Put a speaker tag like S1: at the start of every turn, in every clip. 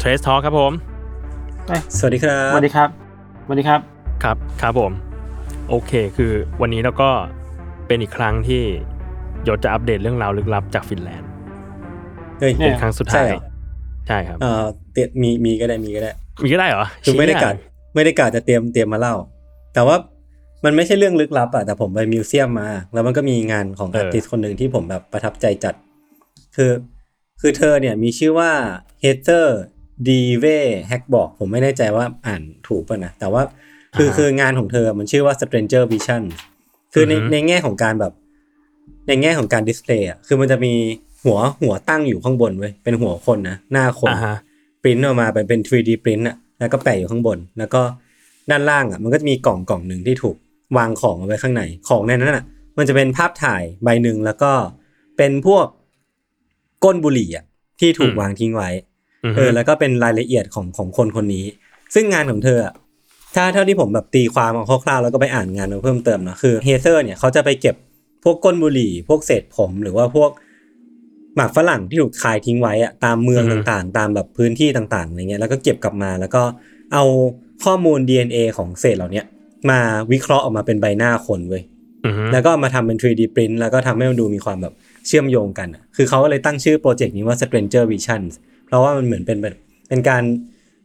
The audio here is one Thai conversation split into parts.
S1: Trace Talk ครับผม
S2: สวัสดีครับ
S3: สวัสดีครับ สวัสดีครับ
S1: ครับครับผม โอเค คือวันนี้เราก็เป็นอีกครั้งที่ยศจะอัปเดตเรื่องราวลึกลับจากฟินแลนด์
S4: เฮ้ย
S3: เนี่
S1: เป็นครั้งสุด
S4: ใช่
S1: ท้าย
S4: เหรอ
S1: ใช่ครับ
S4: เอ่อเตรียมมีมีก็ได้มีก็ได้
S1: มีก็ได้เหรอ
S4: คือไม่ได้
S1: เชี่ย
S4: กะไม่ได้กะจะเตรียมเตรียมมาเล่า แต่ว่ามันไม่ใช่เรื่องลึกลับอะแต่ผมไปมิวเซียมมา แล้วมันก็มีงานของอาร์ติสคนหนึ่งที่ผมแบบประทับใจจัด คือ คือเธอเนี่ยมีชื่อว่าเฮเตอร์ดีเวแฮกบอกผมไม่แน่ใจว่าอ่านถูกป่ะนะ แต่ว่าคืออาคืองานของเธอมันชื่อว่า Stranger Vision คือใน
S1: อือฮึ
S4: ในแง่ของการแบบ ในแง่ของการดิสเพลย์อะคือมันจะมีหัวหัวตั้งอยู่ข้างบนเว้ยเป็นหัวคนนะหน้าคน
S1: อ่าฮะ
S4: ปริ้นออกมาเป็นเป็น 3D ปริ้นอะแล้วก็แปะอยู่ข้างบน แล้วก็ด้านล่างอะมันก็จะมีกล่องกล่องหนึ่งที่ถูกวางของเอาไว้ข้างใน ของในนั้นอะมันจะเป็นภาพถ่ายใบหนึ่งแล้วก็เป็นพวกก้นบุหรี่อะที่ถูก
S1: อืม
S4: วางทิ้งไว้
S1: อือ
S4: เอ
S1: ฮึ
S4: อแล้วก็เป็นรายละเอียดของของคนคนนี้ ซึ่งงานของเธออะถ้าเท่าที่ผมแบบตีความเอาคร่าวๆแล้วก็ไปอ่านงานมาเพิ่มเติมเนอะคือเฮเซอร์เนี่ยเขาจะไปเก็บพวกก้นบุหรี่ พวกเศษผมหรือว่าพวกหมากฝรั่งที่ถูกคายทิ้งไว้อะตามเมืองต่างๆ ตามแบบพื้นที่ต่างๆอะไรเงี้ยแล้วก็เก็บกลับมา แล้วก็เอาข้อมูล DNA ของเศษเหล่าเนี้ยมาวิเคราะห์ออกมาเป็นใบหน้าคนเว้ย
S1: อือฮึ
S4: แล้วก็มาทำเป็น 3D print แล้วก็ทำให้มันดูมีความแบบเชื่อมโยงกันอะคือเขาเลยตั้งชื่อโปรเจกต์นี้ว่า Stranger Visions เพราะว่ามันเหมือนเป็นแบบเป็นการ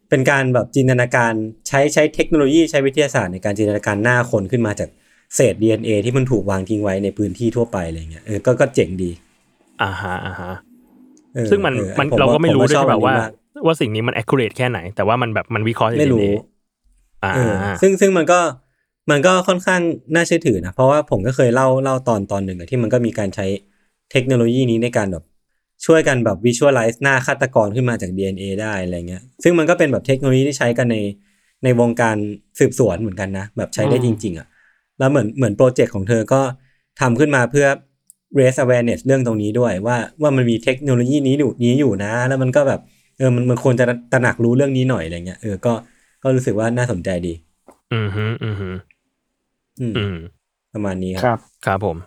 S4: เป็นการแบบจินตนาการใช้ใช้เทคโนโลยีใช้วิทยาศาสตร์ในการจินตนาการหน้าคนขึ้นมาจากเศษ DNA ที่มันถูกวางทิ้งไว้ในพื้นที่ทั่วไปอะไรเงี้ยเออก็ก็เจ๋งดี
S1: อ่าฮะอ่าฮะ
S4: เออ
S1: ซึ่งมัน
S4: เออ
S1: มัน
S4: ผ
S1: เราก็ไม่รู้
S4: ผ
S1: ด้วย
S4: ชอ
S1: ใช่
S4: อัน
S1: ป่ะ
S4: นี้
S1: ว่าม
S4: ก
S1: ว่าสิ่งนี้มัน accurate แค่ไหน แต่ว่ามันแบบมันวิเคราะห์จาก
S4: ไม่รู้
S1: ในนี้อ่า
S4: เออซึ่งซึ่งมันก็มันก็ค่อนข้างน่าเชื่อถือนะ เพราะว่าผมก็เคยเล่าเล่าตอนตอนหนึ่งอะที่มันก็มีการใช้เทคโนโลยีนี้ในการแบบช่วยกันแบบวิชวลไลซ์หน้าฆาตกรขึ้นมาจาก DNA ได้อะไรเงี้ย ซึ่งมันก็เป็นแบบเทคโนโลยีที่ใช้กันในในวงการสืบสวนเหมือนกันนะ แบบใช้ได้
S3: อืม
S4: จริง ๆอะ่ะ แล้วเหมือนเหมือนโปรเจกต์ของเธอก็ทำขึ้นมาเพื่อ raise awareness เรื่องตรงนี้ด้วยว่าว่ามันมีเทคโนโลยีนี้อยู่นี้อยู่นะ แล้วมันก็แบบเออมันมันควรจะตระหนักรู้เรื่องนี้หน่อยอะไรเงี้ยเออก็ก็รู้สึกว่าน่าสนใจดี
S1: อือฮึอือฮึ
S4: อืม
S1: อืม
S4: ประมาณนี้
S3: ค
S4: ค
S3: รั
S4: รับ
S3: บ
S1: ครับผม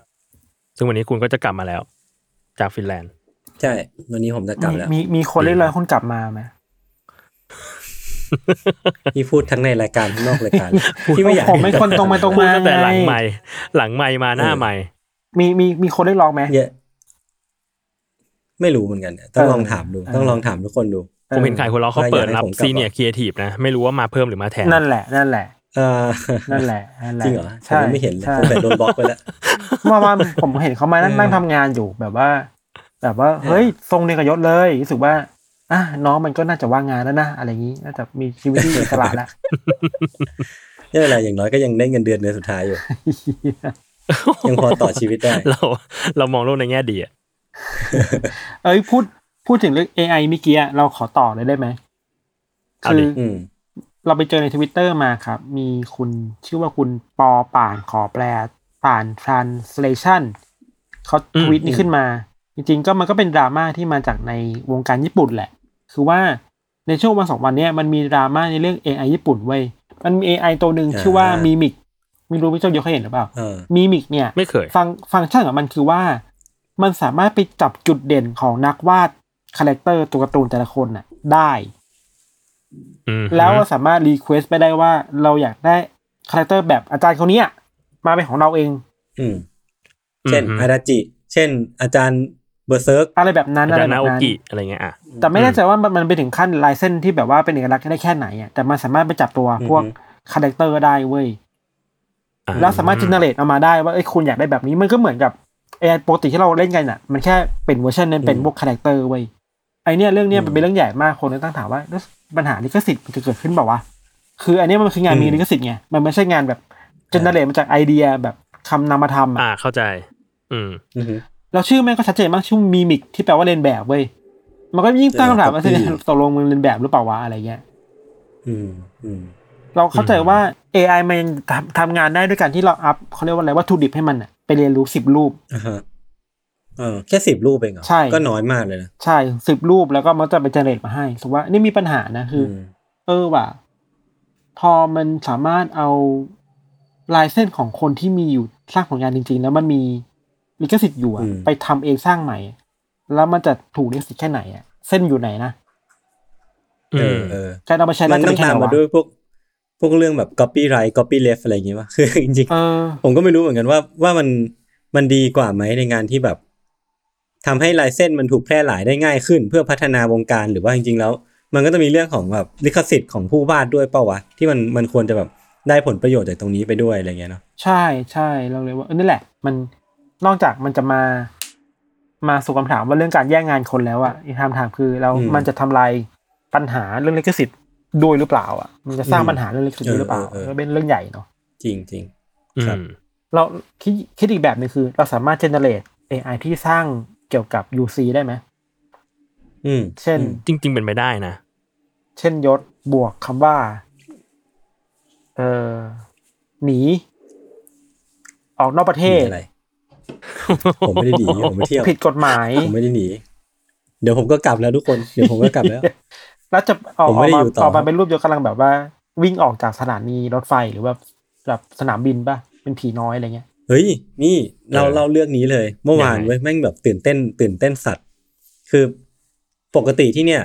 S1: ซึ่งวันนี้คุณก็จะกลับมาแล้ว จากฟินแลนด์
S4: ใช่ วันนี้ผมจะกลับแล้ว
S3: มีมีคนเรียกร้องคนกลับมาไหม
S4: พี่พูดทั้งในรายการทั้งนอกรายการเลยพี่ไม่อยาก
S3: ผมเป็นคนตรงไปตรง
S1: พูด
S3: มา
S1: ตั้งแต่หลัง
S3: ไง
S1: ไม่หลังไม่มาหน้าไม่
S3: มีมีมีคนเรียกร้องไหม
S4: เยอะไม่รู้เหมือนกันเนี่ยต้อง
S3: เออ
S4: ลองถามดู
S3: เออ
S4: ต้องลองถามทุกคนดู
S1: ผมเห็นขายคนล้อเขา
S4: เออ
S1: เปิดรับ
S4: อยากให้ผมกลับ
S1: ซีเนีย
S4: อ่ะ
S1: ครีเอทีฟนะ ไม่รู้ว่ามาเพิ่มหรือมาแทน
S3: นั่นแหละ นั่นแหละ
S4: เออ
S3: นั่นแหละนั่นแหละ
S4: จริงเหรอผม
S3: ใช่
S4: ยังไม่เห็นเลย
S3: ใช่
S4: ผมแต่โดนบล็อกไปแล้ว
S3: เมื่อวานผมเห็นเขามานั่ง
S4: เออ
S3: นั่งทำงานอยู่แบบว่า แบบว่าเฮ้ยทรงเรียนกับยศเลยรู้สึกว่าอ่ะน้องมันก็น่าจะว่างงานแล้วนะอะไรอย่างนี้น่าจะมีชีวิตที่อิสระ แล้ว
S4: ไม่เป็นไรอย่างน้อยก็ยังได้เงินเดือนเดือนสุด ท้ายอยู่ ยังพอต่อชีวิตได้
S1: เราเรามองโลกในแง่ดีอะ
S3: เอ้ยพูดพูดถึงเรื่อง AI เมื่อกี้อะเราขอต่อเลยได้ไหม
S1: เอา
S3: คื
S1: ดิ
S3: อ
S4: อืม
S3: เราไปเจอในทวิตเตอร์มาครับ มีคุณชื่อว่าคุณปอป่านขอแปลป่าน translation เขาทวิตนี้ขึ้นมา จริงๆ ก็มันก็เป็นดราม่าที่มาจากในวงการญี่ปุ่นแหละ คือว่าในช่วงวันสองวันเนี้ยมันมีดราม่าในเรื่อง AI ญี่ปุ่นเว้ยมันมี AI ตัวหนึ่ง
S4: อ่า
S3: ชื่อว่ามีมิกไม่รู้พี่เจ้ายกเคยเห็นหรือเปล่า
S4: เออ
S3: มีมิกเนี่ย
S1: ไม่เคย
S3: ฟังฟังก์ชันของมันคือว่า มันสามารถไปจับจุดเด่นของนักวาดคาแรคเตอร์ตัวการ์ตูนแต่ละคนน่ะได้
S1: อืม
S3: แล้วเราสามารถรีเควสไปได้ว่าเราอยากได้คาแรคเตอร์แบบอาจารย์คนเนี้ยมาเป็นของเราเอง
S4: อืม เช่นอาดาจิ เช่น อาจารย์ เบอร์เซิร์ก
S3: อะไรแบบนั้น
S1: อา
S3: อะไร
S1: จาร
S3: แบบ
S1: ย์นาโอ
S3: นั้น
S1: กิอะไรเงี้ยอ่ะ
S3: แต่ไม่แน่ใจว่ามันมันไปถึงขั้นลายเส้นที่แบบว่าเป็นเอกลักษณ์ได้แค่ไหนอ่ะแต่มันสามารถไปจับตัวพวก
S4: อือฮึ
S3: คาแรคเตอร์ได้เว้ย
S1: อ่
S3: แล้วสามารถจินเนเรตเอามาได้ว่าเอ้ยคุณอยากได้แบบนี้มันก็เหมือนกับไอ้ปกติที่เราเล่นกันน่ะ มันแค่เป็นเวอร์ชันนั้นเป็น
S4: อืม
S3: พวกคาแรคเตอร์เว้ยไอเนี้ยเรื่องเนี้ย
S4: อืม
S3: มันเป็นเรื่องใหญ่มากคนเลยตั้งถามว่าแล้วปัญหาลิขสิทธิ์มันจะเกิดขึ้นเปล่าวะคืออันเนี้ยมันคืองาน
S4: อืม
S3: มีลิขสิทธิ์ไงมันไม่ใช่งานแบบจินเนเรตมาจากไอเดียแบบคำนามธรรม
S1: อ่า
S3: อ่ะ
S1: เข้าใจ อืม
S4: อือฮึ
S3: แล้วชื่อแม่งก็ชัดเจนมากชื่อมีมิกที่แปลว่าเลียนแบบเว้ยมันก็ยิ่งตั้งคำถามว่า
S4: เออ copy
S3: ตกลงมึงเลียนแบบหรือเปล่าวะอะไรเงี้ย
S4: อืมอืม
S3: เราเข้าใจ
S1: อืม
S3: ว่า AI มันยังทำทำงานได้ด้วยการที่เราอัพเขาเรียกว่าอะไรวัตถุดิบให้มันอ่ะไปเรียนรู้สิบรูป
S4: อ่าฮะเออแค่สิบรูปเองเหรอ
S3: ใช่
S4: ก็น้อยมากเลยนะ
S3: ใช่สิบรูปแล้วก็มันจะไปเจเนเรตมาให้สมมติว่านี่มีปัญหานะคืออ
S4: ม
S3: เออว่ะพอมันสามารถเอาลายเส้นของคนที่มีอยู่สร้างผลงานจริง ๆ แล้วมันมีลิขสิทธิ์อยู่อะ
S4: อืม
S3: ไปทำเองสร้างใหม่ แล้วมันจะถูกลิขสิทธิ์แค่ไหนอะเส้นอยู่ไหนนะ
S4: เอ
S1: อื
S4: อ
S1: ม
S4: เออ
S3: การเอามาใช้
S4: มัน
S3: จะ
S4: ต้อ
S3: เป็
S4: ง
S3: แค่
S4: ตาม
S3: ไห
S4: มาว
S3: นะ
S4: ด้วยพวกพวกเรื่องแบบ copy right copy left อะไรอย่างเงี้ยป่ะ คือ จริง
S3: เออ
S4: ๆ ผมก็ไม่รู้เหมือนกันว่าว่ามันมันดีกว่าไหมในงานที่แบบทำให้ลายเส้นมันถูกแพร่หลายได้ง่ายขึ้น เพื่อพัฒนาวงการหรือว่าจริง ๆ แล้ว มันก็จะมีเรื่องของแบบลิขสิทธิ์ของผู้วาดด้วยเปล่าวะที่มันมันควรจะแบบได้ผลประโยชน์จากตรงนี้ไปด้วยอะไรเงี้ยเนาะ
S3: ใช่ใช่เราเลยว่าเออนั่นแหละ มันนอกจากมันจะมา มาสู่คำถามว่าเรื่องการแย่งงานคนแล้วอะอีกคำถามคือแล้วมันจะทำลายปัญหาเรื่องลิขสิทธิ์ด้วยหรือเปล่าอะมันจะสร้างปัญหาเรื่องลิขสิทธิ์ด้วยหรือเปล่าก็เป็นเรื่องใหญ่เนาะ
S4: จริงจริง
S1: อื
S4: ครับ
S1: ม
S3: เราคิดคิดอีกแบบหนึงคือ เราสามารถเจเนเรต AI ที่สร้างเกี่ยวกับ UC ได้ไหม
S4: ๆอืม
S3: เช่น
S4: อืม
S1: จริง ๆ เป็นไปได้นะ
S3: เช่นยศบวกคำว่า เออหนี ออกนอกประเทศ
S4: มีอะไร ผมไม่ได้หนีผมไม่เที่ยว
S3: ผิดกฎหมาย
S4: ผมไม่ได้หนีเดี๋ยวผมก็กลับแล้วทุกคนเดี๋ยวผมก็กลับแล้ว
S3: แล้วจะออก
S4: ผม
S3: อ
S4: ไม่
S3: อก
S4: ได้
S3: มา
S4: อยู่ต่อ
S3: ออกมาเป็นรูปยศกำลังแบบว่า วิ่งออกจากสถานีรถไฟหรือว่าแบบสนามบินป่ะ เป็นผีน้อยอะไรเงี้ย
S4: เฮ้ย นี่เรา
S1: เออ
S4: เล่าเรื่องนี้เลย เมื่อวาน
S1: ยังไง
S4: เว้ยแม่งแบบตื่นเต้น ตื่นเต้นสัตว์ คือปกติที่เนี่ย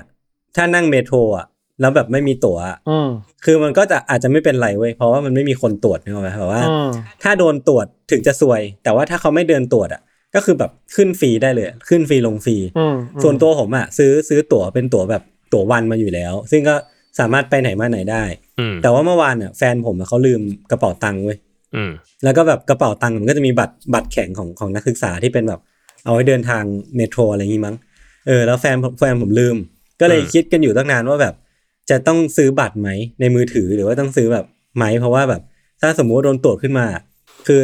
S4: ถ้านั่งเมโทรอ่ะ แล้วแบบไม่มีตั๋วอะ
S3: อืม
S4: คือมันก็จะอาจจะไม่เป็นไรเว้ยเพราะว่ามันไม่มีคนตรวจนึกออกไหมแบบว่า
S3: อืม
S4: ถ้าโดนตรวจถึงจะซวย แต่ว่าถ้าเขาไม่เดินตรวจอ่ะ ก็คือแบบขึ้นฟรีได้เลย ขึ้นฟรีลงฟรี
S3: อืม
S4: ส่วนตัวผมอ่ะซื้อซื้อตั๋วเป็นตั๋วแบบตั๋ววันมาอยู่แล้ว ซึ่งก็สามารถไปไหนมาไหนได้
S1: อืม
S4: แต่ว่าเมื่อวานอ่ะแฟนผมอะเขาลืมกระเป๋าตังค์เว้ย
S1: อืม
S4: แล้วก็แบบกระเป๋าตังค์มันก็จะมีบัตรบัตรแข็งของของนักศึกษาที่เป็นแบบ เอาไว้เดินทางเมโทรอะไรอย่างงี้มั้งเออแล้วแฟนแฟนผมลืม ก็เลย
S1: อืม
S4: คิดกันอยู่ตั้งนานว่าแบบ จะต้องซื้อบัตรไหมในมือถือหรือว่าต้องซื้อแบบไหม เพราะว่าแบบ ถ้าสมมุติว่าโดนตรวจขึ้นมา คือ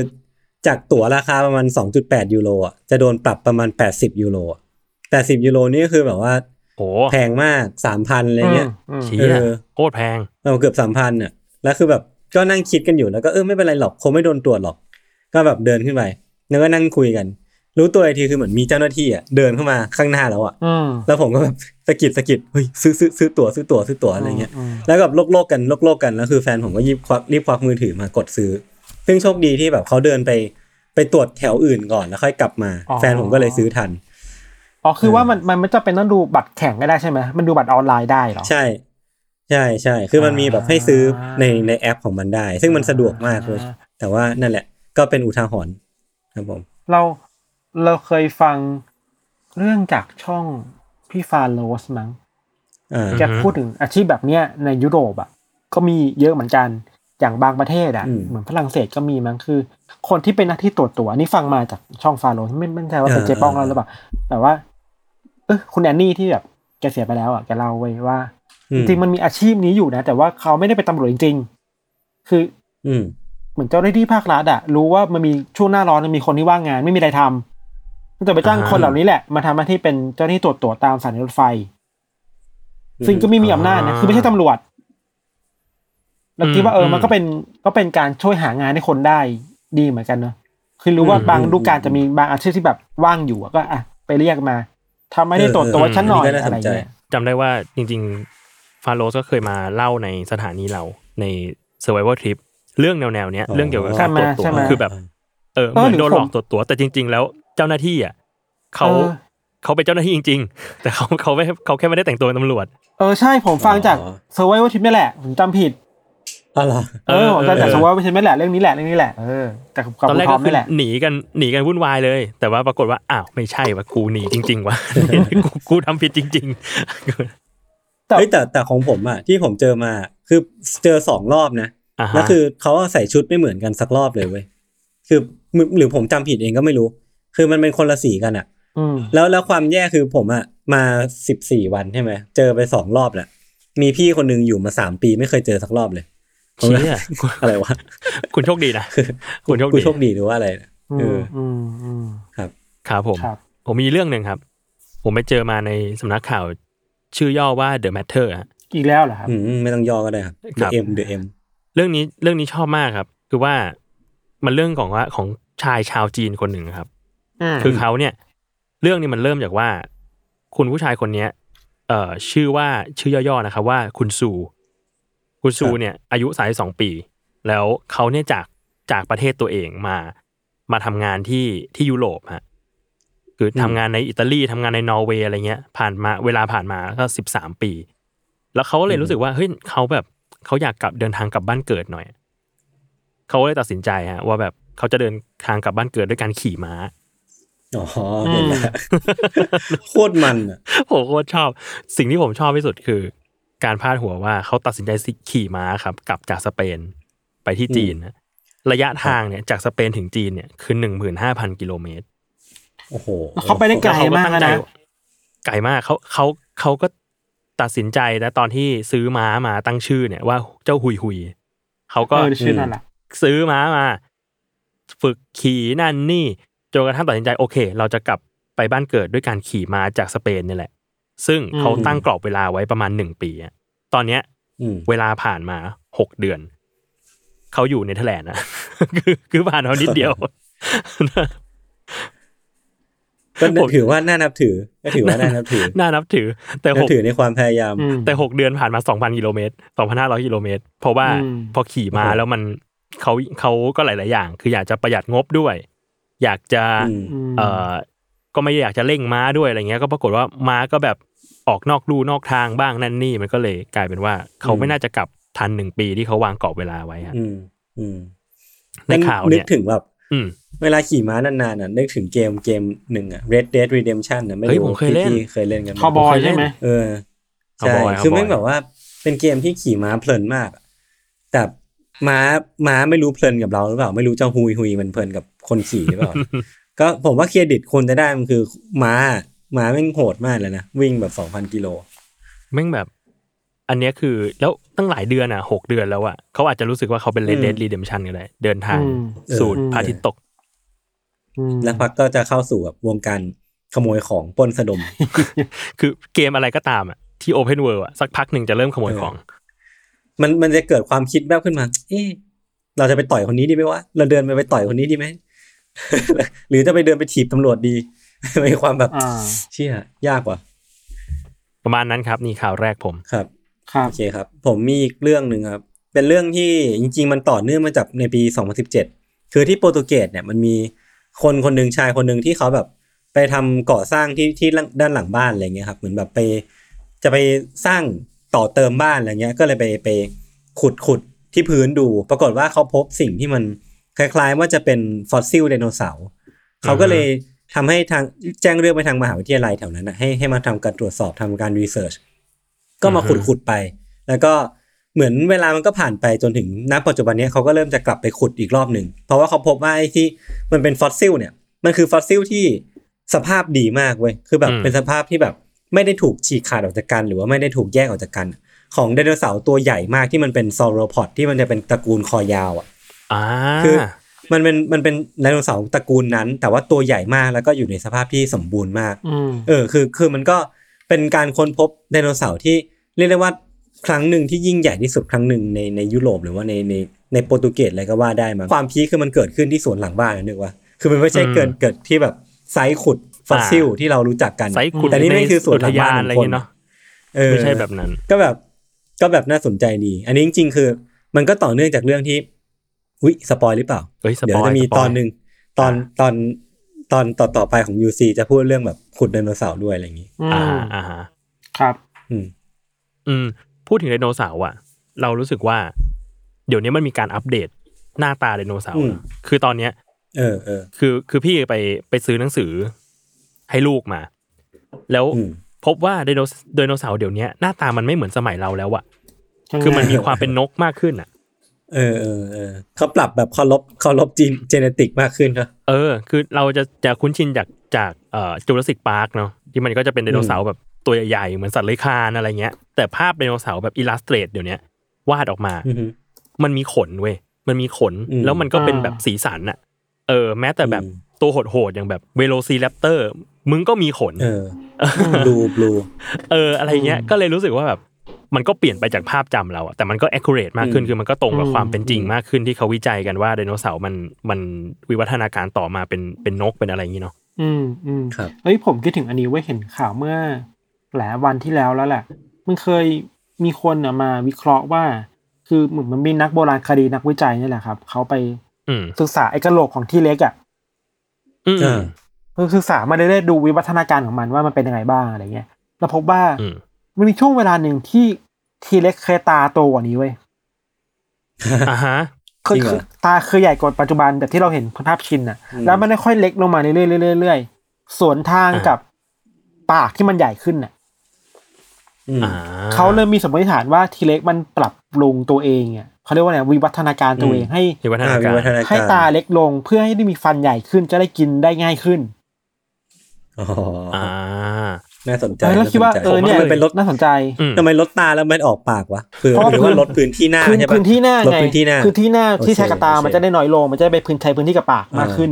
S4: จากตั๋วราคาประมาณ 2.8 ยูโรอ่ะจะโดนปรับประมาณ 80 ยูโรอะ80 ยูโรนี่ก็คือแบบว่า
S1: โอ้
S4: แพงมาก3,000อะไรเงี้ย
S3: อืม
S1: เชี่ย
S4: เออ
S1: โคตรแพง
S4: เราเกือบสามพันน่ะ แล้วคือแบบก็นั่งคิดกันอยู่แล้วก็เออไม่เป็นไรหรอกคงไม่โดนตรวจหรอก ก็แบบเดินขึ้นไป แล้วก็นั่งคุยกัน รู้ตัวอีกทีคือเหมือนมีเจ้าหน้าที่อ่ะเดินเข้ามาข้างหน้าแล้วอ่ะ
S3: อืม
S4: แล้วผมก็แบบสะกิดสะกิดเฮ้ยซื้อซื้อซื้อตั๋วซื้อตั๋วซื้อตั๋วอะไรเงี้ย
S3: ม
S4: แล้วแบบโลกโลกๆกันโลกโลกๆกันแล้วคือแฟนผมก็ยิบควักรีบควักมือถือมากดซื้อ ซึ่งโชคดีที่แบบเขาเดินไปไปตรวจแถวอื่นก่อนแล้วค่อยกลับมา แฟนผมก็เลยซื้อทัน
S3: อ๋อคือ
S4: เออ
S3: ว่ามันมันไม่จำเป็นต้องดูบัตรแข่งก็ได้ใช่ไหมมันดูบัตรออนไลน์ได้เหรอ
S4: ใช่ ใช่ใช่คือมันมีแบบให้ซื้อใน
S3: อ่า
S4: ในแอปของมันได้ ซึ่งมันสะดวกมากเลย แต่ว่านั่นแหละก็เป็นอุทาหรณ์ครับผม
S3: เราเราเคยฟังเรื่องจากช่องพี่ฟาโรสมั้ง
S4: อ่า
S3: แก
S1: อือฮึ
S3: พูดถึงอาชีพแบบเนี้ยในยุโรปอ่ะก็มีเยอะเหมือนกันอย่างบางประเทศอ่ะ
S4: อืม
S3: เหมือนฝรั่งเศสก็มีมั้งคือ คนที่เป็นหน้าที่ตรวจตัวอันนี่ฟังมาจากช่องฟาโรห์ไม่ไม่แน่ใจว่าเป็น
S4: อ่า
S3: เจ๊ป้อง
S4: อ่า
S3: เราหรือเปล่าแต่ว่า เออคุณแอนนี่ที่แบบแกเสียไปแล้วอ่ะแกเล่าไว้ว่า
S4: อื
S3: จริงๆมันมีอาชีพนี้อยู่นะ แต่ว่าเขาไม่ได้เป็นตำรวจจริง ๆ คือ
S4: อืม
S3: เหมือนเจ้าหน้าที่ภาครัฐอ่ะรู้ว่ามันมีช่วงหน้าร้อนมันมีคนที่ว่างงานไม่มีอะไรทำก็จะไปจ้างคนเหล่านี้แหละ มาทำหน้าที่เป็นเจ้าหน้าที่ตรวจตัวตามสถานีรถไฟ ซึ่งก็ไม่มีอำนาจนะ
S1: อ่า
S3: คือไม่ใช่ตำรวจเราคิดว่าเอออ
S1: ม
S3: มันก็เป็นก็เป็นการช่วยหางานให้คนได้ดีเหมือนกันเนอะคือรู้ว่า
S4: อืม
S3: บางฤดูกาล
S4: อืม
S3: จะมีบางอาชีพที่แบบว่างอยู่อะก็อ่ะไปเรียกมาทำไม่ได้ตรวจ
S4: เออ
S3: ตัว
S4: เออ
S3: ฉันหน่อย
S4: อันนี้ก็น่า
S3: อะไร
S4: สนใจ
S3: เงี้ย
S1: จำได้ว่าจริง ๆ ฟาโรสก็เคยมาเล่าในสถานีเราใน Survival Trip เรื่องแนวๆเนี้ย
S4: อ๋อ
S1: เรื่องเกี่ยวกับการตรวจตัวคือแบบ เออเห
S3: เออ
S1: มือ
S3: หรื
S1: น
S3: อ
S1: โดนหลอ
S3: ผ
S1: ก
S3: ม
S1: ตรวจตัว แต่จริง ๆ แล้วเจ้าหน้าที่อ่ะเขา
S3: เออ
S1: เขาเป็นเจ้าหน้าที่จริง ๆ แต่เขาเขาไม่เขาแค่ไม่ได้แต่งตัวเป็นตำรวจ
S3: เออใช่ผมฟังจาก
S4: อ๋อ
S3: เซอร์ไวเวอร์ทิปนี่แหละ ผมจำผิด
S4: อะไรอ
S3: เออแต่แต่สมมติว่าฉันไม่แหละเรื่องนี้แหละเรื่องนี้แหละเออแต่กับ
S1: ตอ
S3: คุ
S1: น
S3: ณ
S1: แรก
S3: ทอ
S1: ก็
S3: ม
S1: คื
S3: นี่
S1: อ
S3: แหละ
S1: หนีกันหนีกันวุ่นวายเลย แต่ว่าปรากฏว่าอ้าวไม่ใช่ว่ากูหนีจริง ๆว่ะ กูกูทำผิดจริง ๆ
S3: แต่
S4: เฮ้ยแต่แต่ของผมอ่ะที่ผมเจอมาคือเจอสองรอบนะ
S1: อ่าฮะ
S4: แล้วคือเขาอะใส่ชุดไม่เหมือนกันสักรอบเลยเว้ย คือหรือหรือผมจำผิดเองก็ไม่รู้ คือมันเป็นคนละสีกันอะ
S3: อืม
S4: แล้วแล้วความแย่คือผมอะมาสิบสี่วันใช่ไหม เจอไปสองรอบแหละ มีพี่คนหนึงอยู่มาสามปีไม่เคยเจอสักรอบ เลยผม
S1: เชี่
S4: ก็
S1: ยคุณ
S4: อะไรวะ
S1: คุณโชคดีนะ
S4: คือ
S1: คุณโชคดี
S4: กูโชคดีหรือว่าอะไรนะ
S3: อื
S4: เอ
S3: ม
S4: อ
S3: อืมอืม
S1: ครับผม
S3: ครับ
S1: ผมมีเรื่องหนึ่งครับ ผมไปเจอมาในสำนักข่าว ชื่อย่อว่า The Matter ฮะ
S3: อีกแล้วเหรอครับ
S4: อืมไม่ต้องย่อก็ได้ครับ
S1: ครั
S4: The
S1: บ
S4: M The M
S1: เรื่องนี้เรื่องนี้ชอบมากครับ คือว่ามันเรื่องของว่าของชายชาวจีนคนหนึ่งครับ
S3: อืม
S1: คือเขาเนี่ย เรื่องนี้มันเริ่มจากว่า คุณผู้ชายคนเนี้ย เอ่อชื่อว่าชื่อย่อๆนะครับว่าคุณซู คุณซู
S4: ครับ
S1: เนี่ย อายุสายสองปี แล้วเขาเนี่ยจากจากประเทศตัวเองมามาทำงานที่ที่ยุโรปฮะคือทำงานในอิตาลีทำงานในนอร์เวย์อะไรเงี้ย ผ่านมาเวลาผ่านมาก็สิบสามปี แล้วเขาก็เลยรู้สึกว่าเฮ้ยเขาแบบเขาอยากกลับเดินทางกลับบ้านเกิดหน่อย เขาก็เลยตัดสินใจฮะว่าแบบเขาจะเดินทางกลับบ้านเกิดด้วยการขี่ม้า
S4: อ๋อเห็ นแล้วโคตรมันอะ
S1: ผมโคตรชอบ สิ่งที่ผมชอบที่สุดคือ การพาดหัวว่าเขาตัดสินใจขี่ม้าครับกลับจากสเปนไปที่จีนนะระยะทางเนี่ยจากสเปนถึงจีนเนี่ยคือหนึ่งหมื่นห้าพันกิโลเมตร
S4: โอ้โห
S3: แล้วเขาไปได้ไกลมาก
S1: แล้ว
S3: นะ
S1: เขตั้งใจไกลมากเขาเขาเขาก็ตัดสินใจนะตอนที่ซื้อม้ามาตั้งชื่อเนี่ยว่าเจ้าหุยหุยเขาก็
S3: เออชื่อนั่นแหละ
S1: ซื้อม้ามา ฝึกขี่นั่นนี่จนกระทั่งตัดสินใจโอเค เราจะกลับไปบ้านเกิดด้วยการขี่ม้าจากสเปนนี่แหละ ซึ่งเขาตั้งกรอบเวลาไว้ประมาณหนึ่งปีอะตอนเนี้ย
S4: อืม
S1: เวลาผ่านมาหกเดือน เขาอยู่เนเธอร์แลนด์นะ คือคือผ่านเอานิดเดียว
S4: ก็
S1: ผม
S4: ถือว่าน่านับถือก็ถือว่าน่านับ ถือ
S1: น่านับถือ แต่
S4: นั
S1: ห
S4: บ
S1: ก
S4: ถือในความพยายาม
S3: อืม
S1: แต่หกเดือนผ่านมาสองพันกิโลเมตรสองพันห้าร้อยกิโลเมตร เพราะว่า
S3: อืม
S1: พอขี่มาแล้วมันเขาเขาก็หลาย ๆ อย่าง คืออยากจะประหยัดงบด้วย อยากจะ
S4: อืม
S3: อืม
S1: เอ่อก็ไม่อยากจะเร่งม้าด้วยอะไรเงี้ย ก็ปรากฏว่าม้าก็แบบออกนอกลู่นอกทางบ้างนั่นนี่มันก็เลยกลายเป็นว่าเขา
S4: อืม
S1: ไม่น่าจะกลับทันหนึ่งปีที่เขาวางกรอบเวลาไว้ฮะ
S4: อืมอืม
S1: ในข่าว
S4: นึก
S1: เนี่ย
S4: ถึงแบบ
S1: อืม
S4: เวลาขี่ม้านานๆน่ะนึกถึงเกมเกมหนึ่งอะ Red Dead Redemption นะไม่
S1: เฮ้ย
S4: รู้
S1: ผมเคยเล่น
S4: พี่ๆเคยเล่นกันไหม
S3: คาวบอยใช่ไหม
S4: เออ
S1: คาว
S4: ใช่
S1: บอย
S4: คือแม่ง
S1: คาวบอย
S4: แบบว่าเป็นเกมที่ขี่ม้าเพลินมากอะแต่ม้าม้าไม่รู้เพลินกับเราหรือเปล่า ไม่รู้จะหุยหุยมันเพลินกับคนขี่หรือเป ล่า ก็ผมว่าเครดิตคนจะได้มันคือม้าม้าแม่งโหดมากเลยนะ วิ่งแบบสองพันกิโล
S1: แม่งแบบ อันเนี้ยคือแล้วตั้งหลายเดือนอ่ะหกเดือนแล้วอ่ะเขาอาจจะรู้สึกว่าเขาเป็น Red
S4: อืม
S1: Dead Redemption ก็ได้เดินทาง
S3: อืม
S1: สู่
S4: เออ
S1: พระอาทิตย์ตก
S3: อืม
S4: แล้วพักก็จะเข้าสู่แบบวงการขโมยของปล้นสะดม
S1: คือเกมอะไรก็ตามอ่ะที่ Open World อ่ะสักพักหนึ่งจะเริ่มขโมย
S4: เออ
S1: ของ
S4: มันมันจะเกิดความคิดแบบขึ้นมา เอ๊ะเราจะไปต่อยคนนี้ดีไหมวะ เราเดินไปไปต่อยคนนี้ดีไหม หรือจะไปเดินไปถีบตำรวจดี มีความแบบ
S3: อ่า
S4: เชี่ยยากว่ะ
S1: ประมาณนั้นครับนี่ข่าวแรกผม
S4: ครับ
S3: ครับ
S4: โอเคครับ ผมมีอีกเรื่องหนึ่งครับ เป็นเรื่องที่จริง ๆ มันต่อเนื่องมาจากในปี 2017 คือที่โปรตุเกสเนี่ยมันมีคนคนหนึ่งชายคนหนึ่งที่เขาแบบไปทำก่อสร้างที่ที่ด้านหลังบ้านอะไรเงี้ยครับ เหมือนแบบไปจะไปสร้างต่อเติมบ้านอะไรเงี้ย ก็เลยไปไปขุดขุดที่พื้นดู ปรากฏว่าเขาพบสิ่งที่มันคล้าย ๆ ว่าจะเป็นฟอสซิลไดโนเสาร์ เขาก็เลยทำให้ทางแจ้งเรื่องไปทางมหาวิทยาลัยแถวนั้นนะให้ให้มาทำการตรวจสอบทำการรีเสิร์ชก็มา
S1: อือฮึ
S4: ขุดขุดไป แล้วก็เหมือนเวลามันก็ผ่านไปจนถึงณปัจจุบันเนี้ยเขาก็เริ่มจะกลับไปขุดอีกรอบหนึ่งเพราะว่าเขาพบว่าไอ้ที่มันเป็นฟอสซิลเนี่ย มันคือฟอสซิลที่สภาพดีมากเว้ยคือแบบ
S1: อืม
S4: เป็นสภาพที่แบบไม่ได้ถูกฉีกขาดออกจากกัน หรือว่าไม่ได้ถูกแยกออกจากกัน ของไดโนเสาร์ตัวใหญ่มากที่มันเป็นซอโรพอดที่มันจะเป็นตระกูลคอยาวอะ
S1: อ่า
S4: คือมันเป็นมันเป็นไดโนเสาร์ตระกูลนั้น แต่ว่าตัวใหญ่มากแล้วก็อยู่ในสภาพที่สมบูรณ์มาก
S3: อืม
S4: เออคือคือมันก็เป็นการค้นพบไดโนเสาร์ที่เรียกได้ว่าครั้งหนึ่งที่ยิ่งใหญ่ที่สุดครั้งหนึ่งในในยุโรปหรือว่าในในในโปรตุเกสอะไรก็ว่าได้มั้งความพีคคือมันเกิดขึ้นที่สวนหลังบ้านนะนึกว่า คือมันไม่ใช่เกิดเกิดที่แบบไซส์ขุดฟอสซิลที่เรารู้จักกัน
S1: ไซขุด
S4: แต่นี่ไม่คือสวนหลังบ้าน
S1: อุทยอะไร
S4: ของคน
S1: เงี้ยเนาะ
S4: เออ
S1: ไม่ใช่แบบนั้น
S4: ก็แบบก็แบบน่าสนใจดี อันนี้จริงๆ คือ มันก็ต่อเนื่องจากเรื่องที่อุ๊ยสปอยหรือเปล่า
S1: เอ้ยสปอย
S4: ยวจะมี
S1: สปอย
S4: ตอนหนึ่งตอน
S1: อ่า
S4: ตอนตอนต่อต่อไปของ UC จะพูดเรื่องแบบขุดไดโนเสาร์ด้วยอะไรอย่างนี้
S3: อื
S1: อ่าม อ่าฮะ
S3: ครับ
S4: อืม
S1: อืมพูดถึงไดโนเสาร์อ่ะ เรารู้สึกว่า เดี๋ยวนี้มันมีการอัปเดตหน้าตาไดโนเสาร์
S4: อืม
S1: นะคือตอนเนี้ย
S4: เออเออ
S1: คือคือพี่ไปไปซื้อหนังสือให้ลูกมา แล้ว
S4: อืม
S1: พบว่าไดโนไดโนเสาร์เดี๋ยวนี้หน้าตามันไม่เหมือนสมัยเราแล้ว อะ
S3: ข้างหา
S1: คือมันมีความเป็นนกมากขึ้นอะ
S4: เออเออเออเขาปรับแบบเคารพเคารพจีนเจเนติกมากขึ้นครับ
S1: เออ คือเราจะจะคุ้นชินจากจากเอ่อจูราสสิกพาร์คเนาะที่มันก็จะเป็นไดโนเสาร์แบบตัวใหญ่ๆเหมือนสัตว์เลื้อยคลานอะไรเงี้ย แต่ภาพไดโนเสาร์แบบอิลลัสเตรตเดี๋ยวนี้วาดออกมา มันมีขนเว้ย มันมีขน
S4: อืม
S1: แล้วมันก็เป็นแบบสีสันอะเออ แม้แต่แบบ
S4: อืม
S1: ตัวโหดๆอย่างแบบเวโรซีแรปเตอร์มึงก็มีขน
S4: เอ อดูบลู
S1: เอออะไรเงี้ยก็เลยรู้สึกว่าแบบมันก็เปลี่ยนไปจากภาพจำเราอะแต่มันก็ accurate มากขึ้น
S4: อืม
S1: คือมันก็ตรงกับความเป็นจริงมากขึ้นที่เขาวิจัยกันว่าไดโนเสาร์มันมันวิวัฒนาการต่อมาเป็นเป็นนกเป็นอะไรอย่างงี้เนาะ
S3: อืมอืม
S4: ครับ
S3: เอ้ยผมคิดถึงอันนี้ไว้ยเห็นข่าวเมื่อ หลายวันที่แล้วแล้วแหละ มันเคยมีคนน่ะมาวิเคราะห์ว่า คือเหมือนมันมีนักโบราณคดีนักวิจัยนี่แหละครับเขาไป
S1: อืม
S3: ศึกษาไอ้กระโหลกของที่เล็กอ่ะ
S1: อืม
S4: อ่า
S3: คือศึกษามาเรื่อยๆดูวิวัฒนาการของมันว่ามันเป็นยังไงบ้างอะไรเงี้ย แล้วพบว่า
S1: อืม
S3: มันมีช่วงเวลาหนึ่งที่ทีเล็กเคยตาโตกว่านี้เว้ย
S1: อ่าฮะ
S3: คือ
S4: จริงเหรอ
S3: คือตาคือใหญ่กว่าปัจจุบันแบบที่เราเห็นภาพชินน่ะ
S4: อืม
S3: แล้วมันได้ค่อยเล็กลงมาเรื่อยๆเรื่อยๆสวนทางกับปากที่มันใหญ่ขึ้นน่ะ
S4: อืม
S1: อ่า
S3: เขาเริ่มมีสมมติฐานว่าทีเล็กมันปรับปรุงตัวเองอ่ะเขาเรียกว่าอะไรวิวัฒนาการตัวเองให้
S1: วิวัฒ
S4: อ่า
S1: นา
S4: วิ
S1: การ
S4: วัฒนากา
S3: ให้
S4: ร
S3: ตาเล็กลงเพื่อให้ได้มีฟันใหญ่ขึ้นจะได้กินได้ง่ายขึ้น
S4: อ๋ออ
S1: อ่า
S4: น่าสนใจ
S3: เออแล้วคิดว่า
S4: สใจ
S3: เออเนี่ย
S4: ทำไมเป็นรถ
S3: น่าสนใจ
S1: อืม
S4: ทำไมรถตาแล้วมันออกปากวะคือ
S3: เพราะว่า
S4: หรือว่าลดพื้นที่หน้า
S3: พื้น
S4: ใช่ปะ
S3: พื้นที่หน้า
S4: ลด
S3: ไง
S4: พื้นที่หน้า
S3: พื้นที่หน้า
S4: โอเค
S3: ที่ใช้กับตา
S4: โอเค
S3: มันจะได้น้อยลง มันจะไปพื้นใช้พื้นที่กับปากมากขึ้น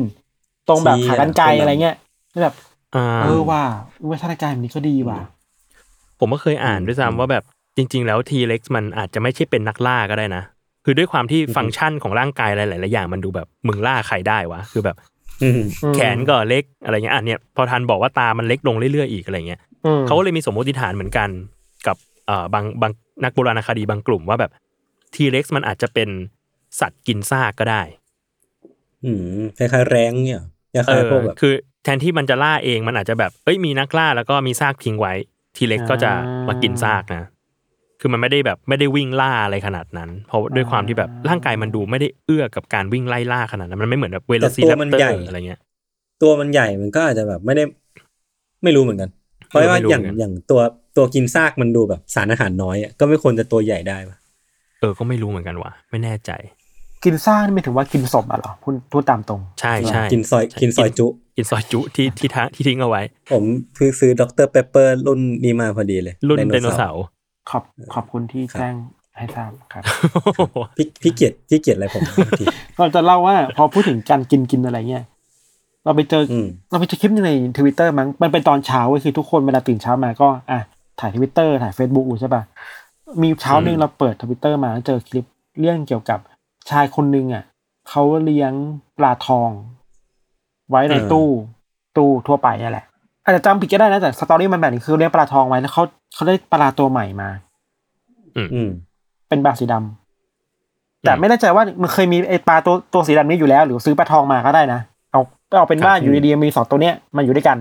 S3: ตรงแบบขากรรไกร
S4: เชี่ย
S3: อะไรเงี้ยแบบ
S1: อ่า
S3: เออว่าวิวัฒนาการแบบนี้ก็ดีว่ะ
S1: ผมก็เคยอ่านด้วยซ้ำว่าแบบจริง ๆ แล้วทีเล็กมันอาจจะไม่ใช่เป็นนักล่าก็ได้นะคือด้วยความที่ฟังก์ชันของร่างกายหลายๆอย่างมันดูแบบมึงล่าใครได้วะคือแบบ
S4: อืม
S1: แขนก็เล็กอะไรเงี้ยอันเนี้ยพอทันบอกว่าตามันเล็กลงเรื่อยๆอีกอะไรเงี้ย
S3: อืม
S1: เขาก็เลยมีสมมติฐานเหมือนกันกับเอ่อบางบางนักโบราณคดีบางกลุ่มว่าแบบทีเร็กซ์มันอาจจะเป็นสัตว์กินซากก็ได้
S4: อืมคล้ายๆแรงเนี่ยค
S1: เอ
S4: ล้าย
S1: อ
S4: ๆพวกแบบ
S1: คือแทนที่มันจะล่าเองมันอาจจะแบบเอ้ยมีนักล่าแล้วก็มีซากทิ้งไว้ทีเร็กซ์ก็จะ
S3: อ่าม
S1: มากินซากนะ คือมันไม่ได้แบบไม่ได้วิ่งล่าอะไรขนาดนั้น เพราะด้วยความที่แบบร่างกายมันดูไม่ได้เอื้อกับการวิ่งไล่ล่าขนาดนั้นมันไม่เหมือนแบบเวลซีแรปเตอร์อะไรเงี้ย
S4: ตัวมันใหญ่มันก็อาจจะแบบไม่ได้ ไม่รู้เหมือนกัน เพราะว่า
S1: ไม่รู้
S4: อย่าง
S1: เหมือนกัน
S4: อย่างตัวตัวกินซากมันดูแบบสารอาหารน้อยอะก็ไม่ควรจะตัวใหญ่ได้ปะ
S1: เออก็ไม่รู้เหมือนกันว่ะไม่แน่ใจ
S3: กินสร้างนี่ไม่ถึงว่ากินศพอ่ะเหรอพูดพูดตามตรง
S1: ใช่ใช่
S4: กินซอย
S1: ใช่
S4: กินซอยจุ
S1: กินซอยจุที่ที่ทะที่ทิ้งเอาไว้
S4: ผมเพิ่งซื้อด็อกเตอร์เปเปอร์รุ่นนี้มาพอดีเลย
S1: รุ่นไดโนเสาร์
S3: ขอบขอบคุณที่แจ้งให้ทราบครับ
S4: พี่พี่เกียรติพี่เกียรติอะไรผมที
S3: เราจะเล่าว่าพอพูดถึงการกินกินอะไรเงี้ยเราไปเจออ
S4: ม
S3: เราไปเจอคลิปหนึ่งในทวิตเตอร์มั้งมันเป็นตอนเช้าเว้ยคือทุกคนเวลาตื่นเช้ามาก็อ่ะถ่ายทวิตเตอร์ถ่ายเฟซบุ๊กอยู่ใช่ปะมีเช้าหนึ่งเราเปิดทวิตเตอร์มาแล้วเจอคลิปเรื่องเกี่ยวกับชายคนหนึงอ่ะเขาเลี้ยงปลาทอง ไว้ในตู้ตู้ทั่วไปเนี่ยแหละ อาจจะจำผิดก็ได้นะแต่สตอรี่มันแบบนี้คือเลี้ยงปลาทองไว้แล้วเขาเขาได้ปลาตัวใหม่มา
S4: อืม
S3: เป็นปลาสีดำแต่ไม่แน่ใจว่ามันเคยมีไอปลาตัวตัวสีดำนี้อยู่แล้ว หรือซื้อปลาทองมาก็ได้นะเอาเอาเป็นว่า
S4: ครับ
S3: อยู่ดีๆมีสองตัวเนี้ยมันอยู่ด้วยกัน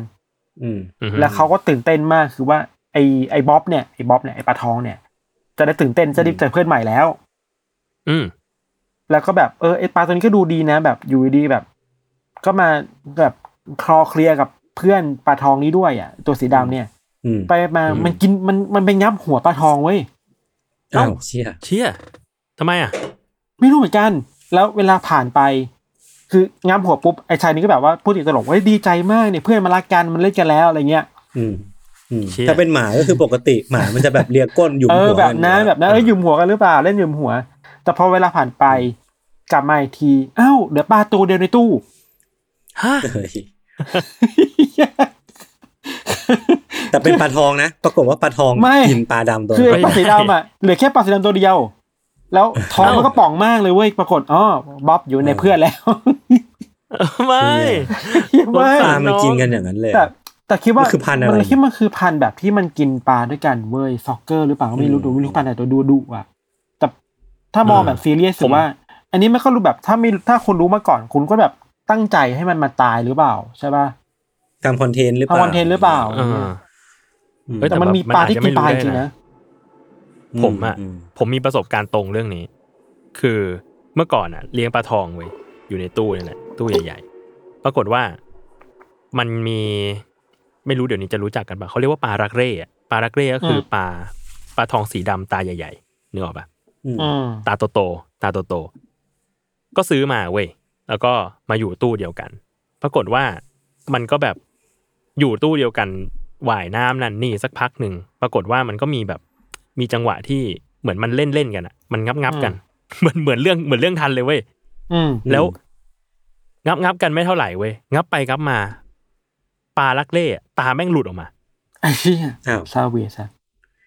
S4: อืม
S1: อืม
S3: แล้วเขาก็ตื่นเต้นมากคือว่าไอไอบ๊อบเนี่ยไอบ๊อบเนี่ยไอปลาทองเนี่ย จะได้ตื่นเต้นจะได้เจอเพื่อนใหม่แล้ว
S1: อืม
S3: แล้วก็แบบเออไอปลาตัวนี้ก็ดูดีนะ แบบอยู่ดีๆแบบ ก็มาแบบคลอเคลียร์กับเพื่อนปลาทองนี้ด้วยอ่ะตัวสีดำเนี่ย
S4: อืม
S3: ไปมามันกินมันมันไปงับหัวปลาทองเว้ย
S4: อ้าวเชี่ย
S1: เชี่ยทำไมอ่ะ
S3: ไม่รู้เหมือนกัน แล้วเวลาผ่านไป คืองามหัวปุ๊บ ไอ้ชายนี้ก็แบบว่าพูดติดตลกว่าดีใจมากเนี่ยเพื่อนมารักกันมันเล่นกันแล้วอะไรเงี้ย
S4: อืมอืม
S1: เชี่ย
S4: ถ้าเป็นหมาก็คือปกติหมามันจะแบบเลียก้นอยู่
S3: เอ
S4: หั
S3: อ
S4: ว
S3: แบบนั้น
S4: มัอยู่ล้ว
S3: แบบนั้นเอ้ยหยุมหัวกันหรือเปล่าเล่นหยุมหัว แต่พอเวลาผ่านไปกลับมาอีกทีอ้าวเดี๋ยวปลาตัวเดียวในตู้
S1: ฮะ
S4: เฮ้ยแต่เป็นปลาทองนะ ปรากฏว่าปลาทอง
S3: ไม่
S4: กินปลาดำตัว
S3: คือ
S4: นั้น
S3: ไอ้ปลาสีดำอ่ะเหลือแค่ปลาสีดำตัวเดียว แล้วท้องมันก็ป่องมากเลยเว้ยปรากฏอ๋อบ๊อบอยู่ในเพื่อนแล้ว
S1: ไม่
S3: เหี้ยมาก
S4: ปลามัน
S1: น้อง
S4: กินกันอย่างนั้นเลย
S3: แต่แต่คิดว่าม
S4: นคือพันธุ์อะไร
S3: มันคิดมันคือพันธุ์แบบที่มันกินปลาด้วยกันเว้ย ซอกเกอร์หรือเปล่าก็ไม่รู้ดูไม่รู้พันธุ์ไหนตัวดูดุอ่ะแต่ถ้ามองแบบซีเรียส
S1: ผ
S3: ถื
S1: ม
S3: อว่า อันนี้มันก็รู้แบบถ้าไม่ถ้าคุณรู้มาก่อนคุณก็แบบตั้งใจให้มันมาตายหรือเปล่าใช่ป่ะ
S4: ทำคอนเทนต์หรือเปล่า
S3: ทำคอนเทนต์หรือเปล่า
S1: อ่า เฮ้ย
S3: แต่มันมีปลาที่กินปลาจริงๆนะ
S1: ผมอ่ะ ผมมีประสบการณ์ตรงเรื่องนี้ คือเมื่อก่อนอ่ะ เลี้ยงปลาทองไว้ยอยู่ในตู้นี่แหละตู้ใหญ่ ๆ ปรากฏว่ามันมีไม่รู้เดี๋ยวนี้จะรู้จักกันปะเขาเรียกว่าปลารักเร่อะปลารักเร่ก็คืออ
S3: ม
S1: ปลาปลาทองสีดำตาใหญ่ๆนึกออกปะ
S4: อืม
S3: อืม
S1: ตาโตโตๆตาโตโตๆก็ซื้อมาเว้ย แล้วก็มาอยู่ตู้เดียวกัน ปรากฏว่ามันก็แบบอยู่ตู้เดียวกันว่ายน้ำนั่นนี่สักพักหนึ่ง ปรากฏว่ามันก็มีแบบมีจังหวะที่เหมือนมันเล่นเล่นๆกันอะมันงับงับๆกัน เหมือนเหมือนเรื่องเหมือนเรื่องทันเลยเว้ย
S3: อืม
S1: แล้วงับงับๆกันไม่เท่าไหร่เว้ย งับไปงับมาปลาลักเล่อะตาแม่งหลุดออกมา
S3: ไอ้เหี้ย
S4: อ้าว
S3: ซาเวียสอะ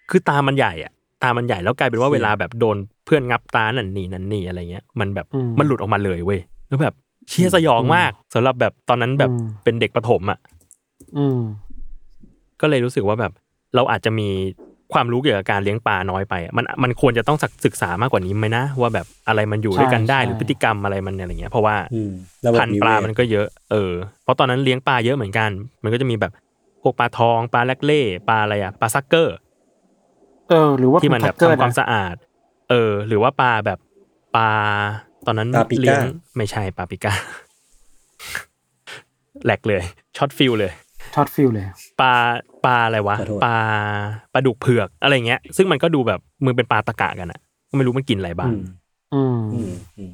S1: คือตามันใหญ่อะตามันใหญ่แล้วกลายเป็นว่าเวลาแบบโดนเพื่อนงับตานั่นนี่นั่นนี่อะไรเงี้ยมันแบบมันหลุดออกมาเลยเว้ยแล้วแบบเชียสยองมากสำหรับแบบตอนนั้นแบบเป็นเด็กประถมอะ
S3: อืม
S1: ก็เลยรู้สึกว่าแบบเราอาจจะมีความรู้เกี่ยวกับการเลี้ยงปลาน้อยไปอะมันมันควรจะต้องศึกษามากกว่านี้ไหมนะ ว่าแบบอะไรมันอยู่ด้วยกันได้
S3: ใช่
S1: หรือพฤติกรรมอะไรมันอะไรเงี้ยเพราะว่า
S4: อืมระบบ
S1: พันธุ์
S4: นิ
S1: ป
S4: เว
S1: ลา
S4: ศ
S1: มันก็เยอะ เออ เพราะตอนนั้นเลี้ยงปลาเยอะเหมือนกัน มันก็จะมีแบบพวกปลาทองปลาแรกเล่ปลาอะไรอะปลาซักเกอร์
S3: เออ หรือว่า
S1: ที่มัน
S3: เป็
S1: แบบ
S3: ทักเกอร์
S1: ทำความ
S3: นะ
S1: สะอาด เออ หรือว่าปลาแบบปลาตอนนั้น
S4: ปลาปิก้า
S1: เลี้ยงไม่ใช่ปลา ปิก้า แหลกเลยช็อตฟิลเลย
S3: ช็อตฟิลเลย
S1: ปลาปลาอะไรวะ
S4: ขอโทษ
S1: ปลาปลาดุกเผือกอะไรเงี้ย ซึ่งมันก็ดูแบบมึงเป็นปลาตะกะกันอะก็ไม่รู้มันกินอะไรบ้า
S4: อื
S1: ง
S4: ม
S3: อื
S4: อื
S3: ม
S4: มอืม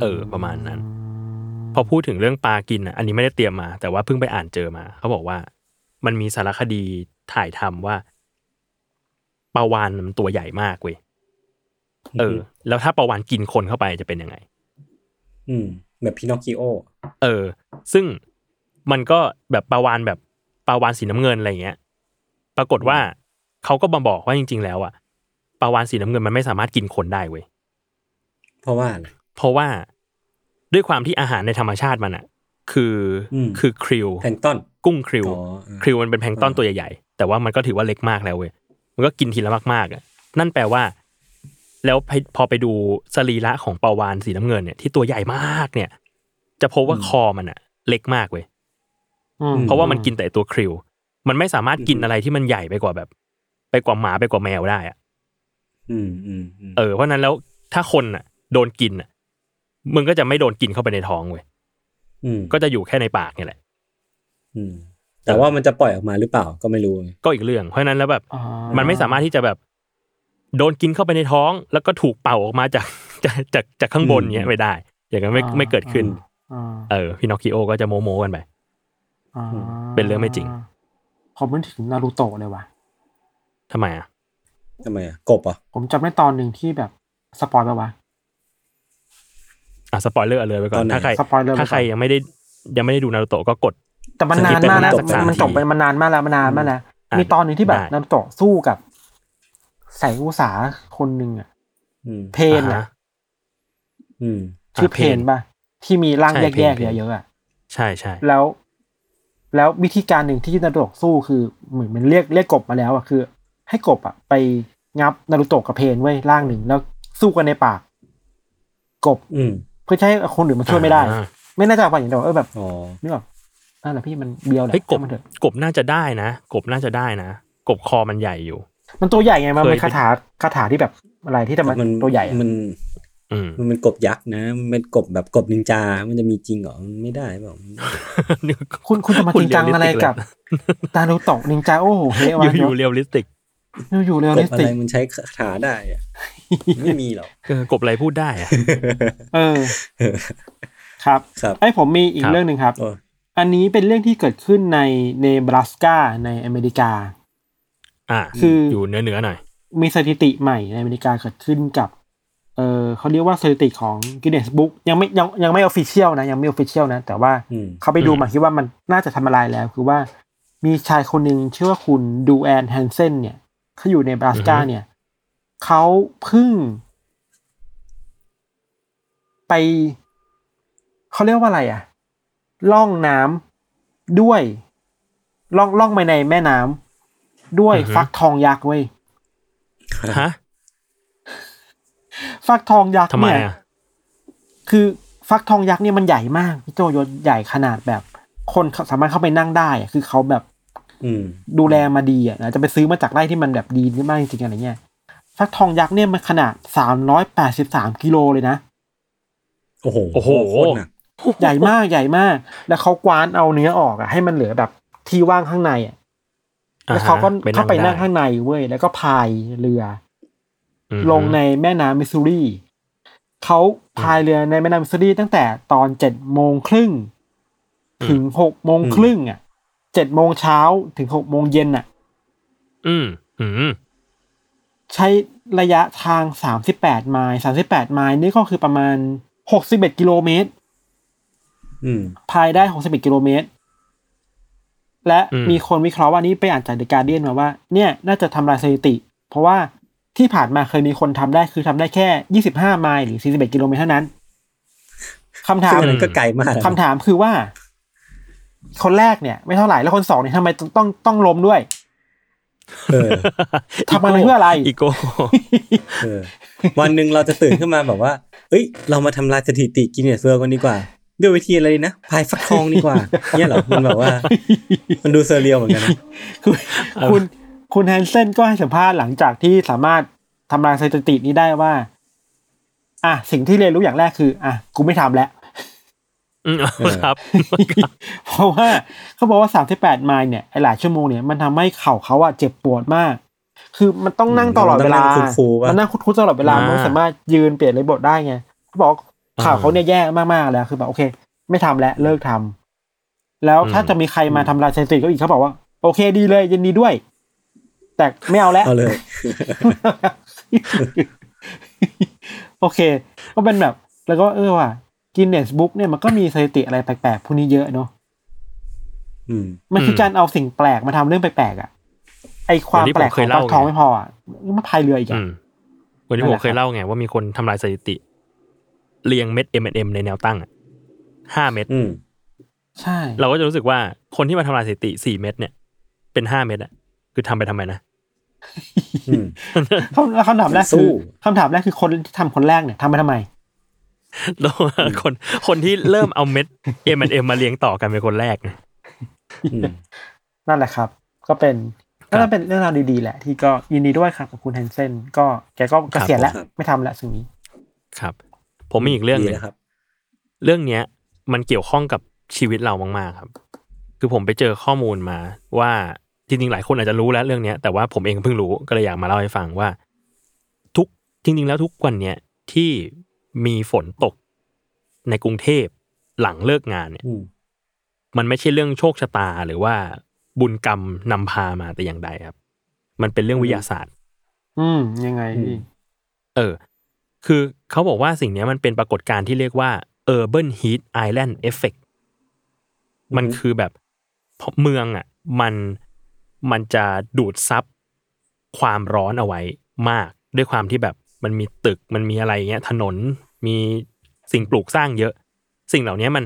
S1: เออ ประมาณนั้น พอพูดถึงเรื่องปลากินอ่ะ อันนี้ไม่ได้เตรียมมา แต่ว่าเพิ่งไปอ่านเจอมา เขาบอกว่า มันมีสารคดีถ่ายทำว่าปลาวานมันตัวใหญ่มากเว้ย เออ แล้วถ้าปลาวานกินคนเข้าไปจะเป็นยังไง
S4: อืมแบบพินอคกิโอ
S1: เออ ซึ่งมันก็แบบปลาวานแบบปลาวานสีน้ำเงินอะไรอย่างเงี้ย ปรากฏว่าเขาก็มาบอกว่าจริง ๆ แล้วอ่ะปลาวานสีน้ำเงินมันไม่สามารถกินคนได้เว้ย
S4: เพราะว่าอะไร
S1: เพราะว่าด้วยความที่อาหารในธรรมชาติมันอ่ะ คืออ
S4: ม
S1: คือคริล
S4: แพลงก์ต้น
S1: กุ้งคริว
S4: อ๋ออ่า
S1: คริวมันเป็นแพลงก์ต้น
S4: อ่า
S1: ตัวใหญ่ๆ แต่ว่ามันก็ถือว่าเล็กมากแล้วเว้ย มันก็กินทีละมากๆอ่ะ นั่นแปลว่า แล้วพอพอไปดูสรีระของปลาวานสีน้ำเงินเนี่ยที่ตัวใหญ่มากเนี่ย จะพบว่าคอมันอ่ะ เล็กมากเว้ย
S3: อืม
S1: เพราะว่ามันกินแต่ไอ้ตัวคริว มันไม่สามารถกินอะไรที่มันใหญ่ไปกว่าแบบ ไปกว่าหมาไปกว่าแมวได้อ่ะ
S4: อืมอืมอืม
S1: เออ เพราะฉะนั้นแล้วถ้าคนอ่ะ โดนกินอ่ะ มึงก็จะไม่โดนกินเข้าไปในท้องเว้ย
S4: ม
S1: ก็จะอยู่แค่ในปากเนี่ยแหละ
S4: อืมแต่ว่ามันจะปล่อยออกมาหรือเปล่าก็ไม่รู้ไง
S1: ก็อีกเรื่อง เพราะฉะนั้นแล้วแบบ
S3: อ๋อ
S1: มันไม่สามารถที่จะแบบ โดนกินเข้าไปในท้องแล้วก็ถูกเป่าออกมาจาก จากจากจากข้างบนเนี้ยไม่ได้ อย่างนั้นไม่ไม่เกิดขึ้น
S3: อ่า
S1: เออพินอคคิโอก็จะโมโมกันไป
S3: อ่า
S1: เป็นเรื่องไม่จริง
S3: ผมนึกถึงนารูโตะเลยว่ะ
S1: ทำไมอ่ะ
S4: ทำไมอ่ะกบเหรอ่ะ
S3: ผมจำได้ตอนหนึ่งที่แบบสปอยไปวะ
S1: อ่ะสปอยเลอร์เลยไปก่อน ถ้าใคร
S3: สปอยเลอร์ไปก่อน
S1: ถ้าใครยังไม่ได้ยังไม่ได้ดูนารูโตะก็กด
S3: แต่มันนานมากแล้ว
S1: สกิปไปประมาณ
S3: มันจบไป
S1: สามที
S3: มันนานมากแล้วมันนานมากแล้ว
S1: อ่ะ
S3: มีตอนหนึ่งที่แบบ
S1: ได้
S3: นารูโตะสู้กับแสงอุตสาคนหนึ่งอะ
S4: อืม
S3: เพน
S1: อ่า
S3: อะ
S1: ฮะ
S4: อืม
S3: ชื่อเพน
S1: เพน
S3: ป่ะที่มีร่าง
S1: ใช่
S3: แยก
S1: เพ
S3: ๆ
S1: น
S3: เยอะๆอะ
S1: ใช่ใช่
S3: แล้ว แล้ววิธีการหนึ่งที่นารูโตะสู้คือเหมือนมันเรียกเรียกกบมาแล้วอะคือ ให้กบอะไปงับนารูโตะกับเพนไว้ยร่างหนึ่งแล้วสู้กันในปากกบ
S4: อืม
S3: เพื่อจะให้คนอื่นมาช่วยไม่ได้
S1: อ่า
S3: ไม่น่าจะเอาไปอย่างเดียวเออแบบ
S4: อ๋อ
S3: นึกออกนั่นแหละพี่มันเบียวแหละ
S1: เฮ้ยกบ
S3: ให้มันเถอะ
S1: กบน่าจะได้นะกบน่าจะได้นะกบคอมันใหญ่อยู่
S3: มันตัวใหญ่ไงมัน
S1: เคย
S3: เป็นคาถาคาถาที่แบบอะไรที่ทำ
S4: แต่
S3: มันตัวใหญ่อะ
S4: มัน
S1: อืม
S4: มันเป็นกบยักษ์นะ มันเป็นกบแบบกบนินจา มันจะมีจริงเหรอมันไม่ได้เปล่า
S3: คุณคุณจะมาจริงจังอะไรกับตาโนโตะนินจาโอ้โหเฮ้ย
S1: อ
S3: วะ
S1: ยู่อยู่เรียลลิสติก
S3: อยู่อยู่เรียล
S4: ก
S3: ลิ
S4: บ
S3: ส
S4: อะ
S3: ติ
S4: ไร
S3: ก
S4: มันใช้คาถาได้ อะ ไม่มีหรอก
S1: เออกบอะไรพูดได้อะ
S3: เออ ครับ
S4: ครับ
S3: ไอ้ยผมมีอีก
S1: ครับ
S3: เรื่องหนึ่งครับ
S4: โอ้ย
S3: อันนี้เป็นเรื่องที่เกิดขึ้นในเนบราสกาในอเมริกา
S1: อ่า
S3: คือ
S1: อยู่เนื้อเนื้อๆหน่อย
S3: มีสถิติใหม่ในอเมริกาเกิดขึ้นกับ เออเขาเรียกว่าสถิติของ Guinness Book ยังไม่ยังยังไม่ออฟฟิเชียลนะ ยังไม่ออฟฟิเชียลนะ แต่ว่า
S4: อืม
S3: เขาไปดู
S1: อืม
S3: มาคิดว่ามันน่าจะทำลายแล้ว คือว่ามีชายคนหนึ่งชื่อว่าคุณดูแอนแฮนเซนเนี่ยเขาอยู่ในบราสกาเนี่ยเขาเพิ่ง ไป เขาเรียกว่าอะไรอะล่องน้ำด้วยล่องล่องไปในแม่น้ำด้วย
S1: อือฮึ
S3: ฟักทองยักษ์เว้ย
S1: ฮะ
S3: ฟักทองยักษ์
S1: ทำไม
S3: เนี่ย
S1: อ่ะ
S3: คือฟักทองยักษ์เนี่ยมันใหญ่มากพี่โจยศใหญ่ขนาดแบบ คนเขาสามารถเข้าไปนั่งได้อะคือเขาแบบ
S4: อืม
S3: ดูแลมาดีอ่ะนะจะไปซื้อมาจากไร่ที่มันแบบดีมากจริงๆอะไรเงี้ย ฟักทองยักษ์เนี่ยมันขนาดสามร้อยแปดสิบสามกิโลเลย นะ
S4: โอ้โห
S1: โอ้โห
S4: คตรหนัก
S3: ใหญ่มากใหญ่มาก แล้วเขากวานเอาเนื้อออกอะให้มันเหลือแบบที่ว่างข้างในอะแล้วเขาก็เข้าไปนั่งข้างในเว้ยแล้วก็พายเรืออลงในแม่น้ำมิสซูรีเขาพายเรือในแม่น้ำมิสซูรีตั้งแต่ตอนเจ็ดโมงครึ่ง
S1: อืม
S3: ถึงหกโมงครึ่งอ่ะเจ็ดโมงเช้าถึงหกโมงเย็นอ่ะ
S1: อืมอืม
S3: ใช้ระยะทางสามสิบแปดไมล์สามสิบแปดไมล์นี่ก็คือประมาณหกสิบเอ็ดกิโลเมตร
S4: อืม
S3: ภายได้ 61 กิโลเมตร และมีคนวิเคราะห์ว่านี่ไปอ่านจากเดอะการเดียนมาว่า เนี่ยน่าจะทำลายสถิติ เพราะว่าที่ผ่านมาเคยมีคนทำได้คือทำได้แค่ 25 ไมล์หรือ 41 กิโลเมตรเท่านั้นคำถา
S4: ซึ่
S3: ม
S4: งอันนั้นก็ไกลมากนะ
S3: คำถามคือว่า คนแรกเนี่ย ไม่เท่าไหร่แล้วคนสองเนี่ยทำไมต้องต้องต้องล้มด้วย
S4: เออ
S3: ทำอะไรเพื่ ออะไร
S1: อีโก้
S4: เออ วันหนึ่งเราจะตื่นขึ้นมาแบบว่า เอ้ย เรามาทำลายสถิติกินเนสเวิร์กันดีกว่า ด้วยวิธีอะไรดีนะ พายฟักทองดีกว่า เนี่ยเหรอ มันแบบว่า มันดูเซอร์เรียลเหมือนกันนะ
S3: คุณคุณคุณแฮนเซนก็ให้สัมภาษณ์หลังจากที่สามารถทำลายสถิตินี้ได้ว่า อ่ะสิ่งที่เรียนรู้อย่างแรกคือ อ่ะกูไม่ทำแล้ว
S1: อืม
S4: เออ
S1: ครับ
S3: เพราะว่าเขาบอกว่า 38 ไมล์เนี่ยไอ้หลายชั่วโมงเนี่ยมันทำให้เข่าเขาอะเจ็บปวดมาก คือมันต้องนั่งตลอดเวลา
S4: มันต้องนั่งคุดๆปะ
S3: มันนั่งคุดๆตลอดเวลา
S1: อ่า
S3: มั
S1: มั
S3: นไม่สามารถยืนเปลี่ยนเลยบทได้ไงเขาบอกเข่าเขาเนี่ยแย่มากๆแล้ว คือแบบโอเค ไม่ทำแล้วเลิกทำแล้วถ้า
S1: อืม
S3: จะมีใครมาทำลายสถิติเขาอีกเขาบอกว่า โอเคดีเลยยินดีด้วย แต่ไม่เอาแล้ว
S4: เอาเลย
S3: โอเค ก็เป็นแบบ แล้วก็เออว่ะกินเนสบุ๊กเนี่ยมันก็มีสถิติอะไรแปลกๆพวกนี้เยอะเนาะ
S4: อืม
S3: มันคือ
S1: ม
S3: การเอาสิ่งแปลกมาทำเรื่องแปลกๆอ่ะ ไอความแปลก
S1: เหมือนที่ผม
S3: ข
S1: เค
S3: อง
S1: ย
S3: ฟัทอง
S1: เล่ากไง
S3: ไม่พออ่ะมันพายเรืออีก
S1: อื
S3: อ่ะ
S1: มวันนี้
S3: นั่
S1: ผ
S3: นแห
S1: ม
S3: ละ
S1: เคยเล่าไงว่ามีคนทำลายสถิติ เรียงเม็ด M&M ในแนวตั้งอะห้าเม็ด
S4: อืม
S3: ใช่
S1: เราก็จะรู้สึกว่าคนที่มาทำลายสถิติสี่เม็ดเนี่ย เป็นห้าเม็ดอะคือทำไปทำไมนะ
S4: อืม
S3: คำแล้วคำถามแรก
S4: สู้
S3: คือคำถามแรกคือคนที่ทำคนแรกเนี่ยทำไปทำไม
S1: แล้วคนคนที่เริ่มเอาเม็ด M&M มาเรียงต่อกันเป็นคนแรกไง
S4: อืม
S3: นั่นแหละครับ ก็เป็น
S1: ครับ
S3: ก็เป็นเรื่องราวดีๆแหละ ที่ก็ยินดีด้วยครับกับคุณแฮนเซนก็แกก็เกษียณแล้ว
S4: ครับ
S3: ไม่ทำแล้วสิ่งนี้
S1: ครับ ผมมีอีกเรื่องห
S4: ดี
S1: นึง
S4: นะครับ
S1: เรื่องเนี้ยมันเกี่ยวข้องกับชีวิตเรามาก ๆ ครับ คือผมไปเจอข้อมูลมาว่าจริงๆ หลายคนอาจจะรู้แล้วเรื่องเนี้ยแต่ว่าผมเองเพิ่งรู้ก็เลยอยากมาเล่าให้ฟังว่า ทุกจริง ๆ แล้วทุกวันเนี้ยที่มีฝนตกในกรุงเทพหลังเลิกงานเนี่ย
S4: อืม
S1: มันไม่ใช่เรื่องโชคชะตาหรือว่าบุญกรรมนำพามาแต่อย่างใดครับ มันเป็นเรื่องวิทยาศาสตร์
S3: อืม ยังไง
S4: อื
S3: ดี
S4: ม
S1: เออ คือเขาบอกว่าสิ่งเนี้ยมันเป็นปรากฏการณ์ที่เรียกว่า urban heat island effect มันคือแบบเพราะเมืองอ่ะ มันมันจะดูดซับความร้อนเอาไว้มาก ด้วยความที่แบบมันมีตึกมันมีอะไรเงี้ย ถนนมีสิ่งปลูกสร้างเยอะ สิ่งเหล่าเนี้ยมัน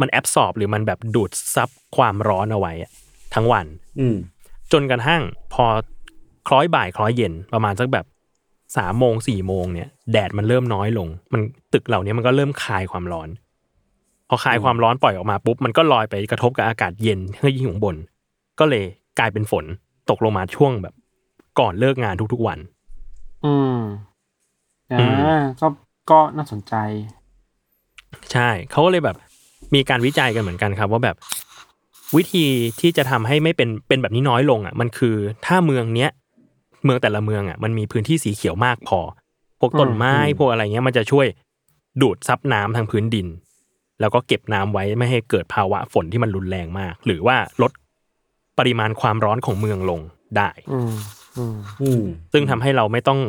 S1: มันแอบสอบหรือมันแบบดูดซับความร้อนเอาไว้อะทั้งวัน
S4: อืม
S1: จนกระทั่งพอคล้อยบ่ายคล้อยเย็นประมาณสักแบบสามโมงสี่โมงเนี่ยแดดมันเริ่มน้อยลง มันตึกเหล่านี้มันก็เริ่มคายความร้อน พอคายความร้อนปล่อยออกมาปุ๊บมันก็ลอยไปกระทบกับอากาศเย็นที่อยู่ข้างบน ก็เลยกลายเป็นฝนตกลงมาช่วงแบบ ก่อนเลิกงานทุกๆวัน
S3: อืม
S1: อื
S3: อ่
S1: ม
S3: าก็ก็น่าสนใจ
S1: ใช่เขาก็เลยแบบมีการวิจัยกันเหมือนกันครับว่าแบบ วิธีที่จะทำให้ไม่เป็นเป็นแบบนี้น้อยลงอ่ะ มันคือถ้าเมืองเนี้ยเมืองแต่ละเมืองอ่ะมันมีพื้นที่สีเขียวมากพอ พวกต้นไม้
S4: อืม
S1: พวกอะไรเงี้ยมันจะช่วยดูดซับน้ำทางพื้นดิน แล้วก็เก็บน้ำไว้ไม่ให้เกิดภาวะฝนที่มันรุนแรงมาก หรือว่าลดปริมาณความร้อนของเมืองลงได้
S3: อืม อืม
S4: อืม
S1: ซึ่งทำให้เราไม่ต้อง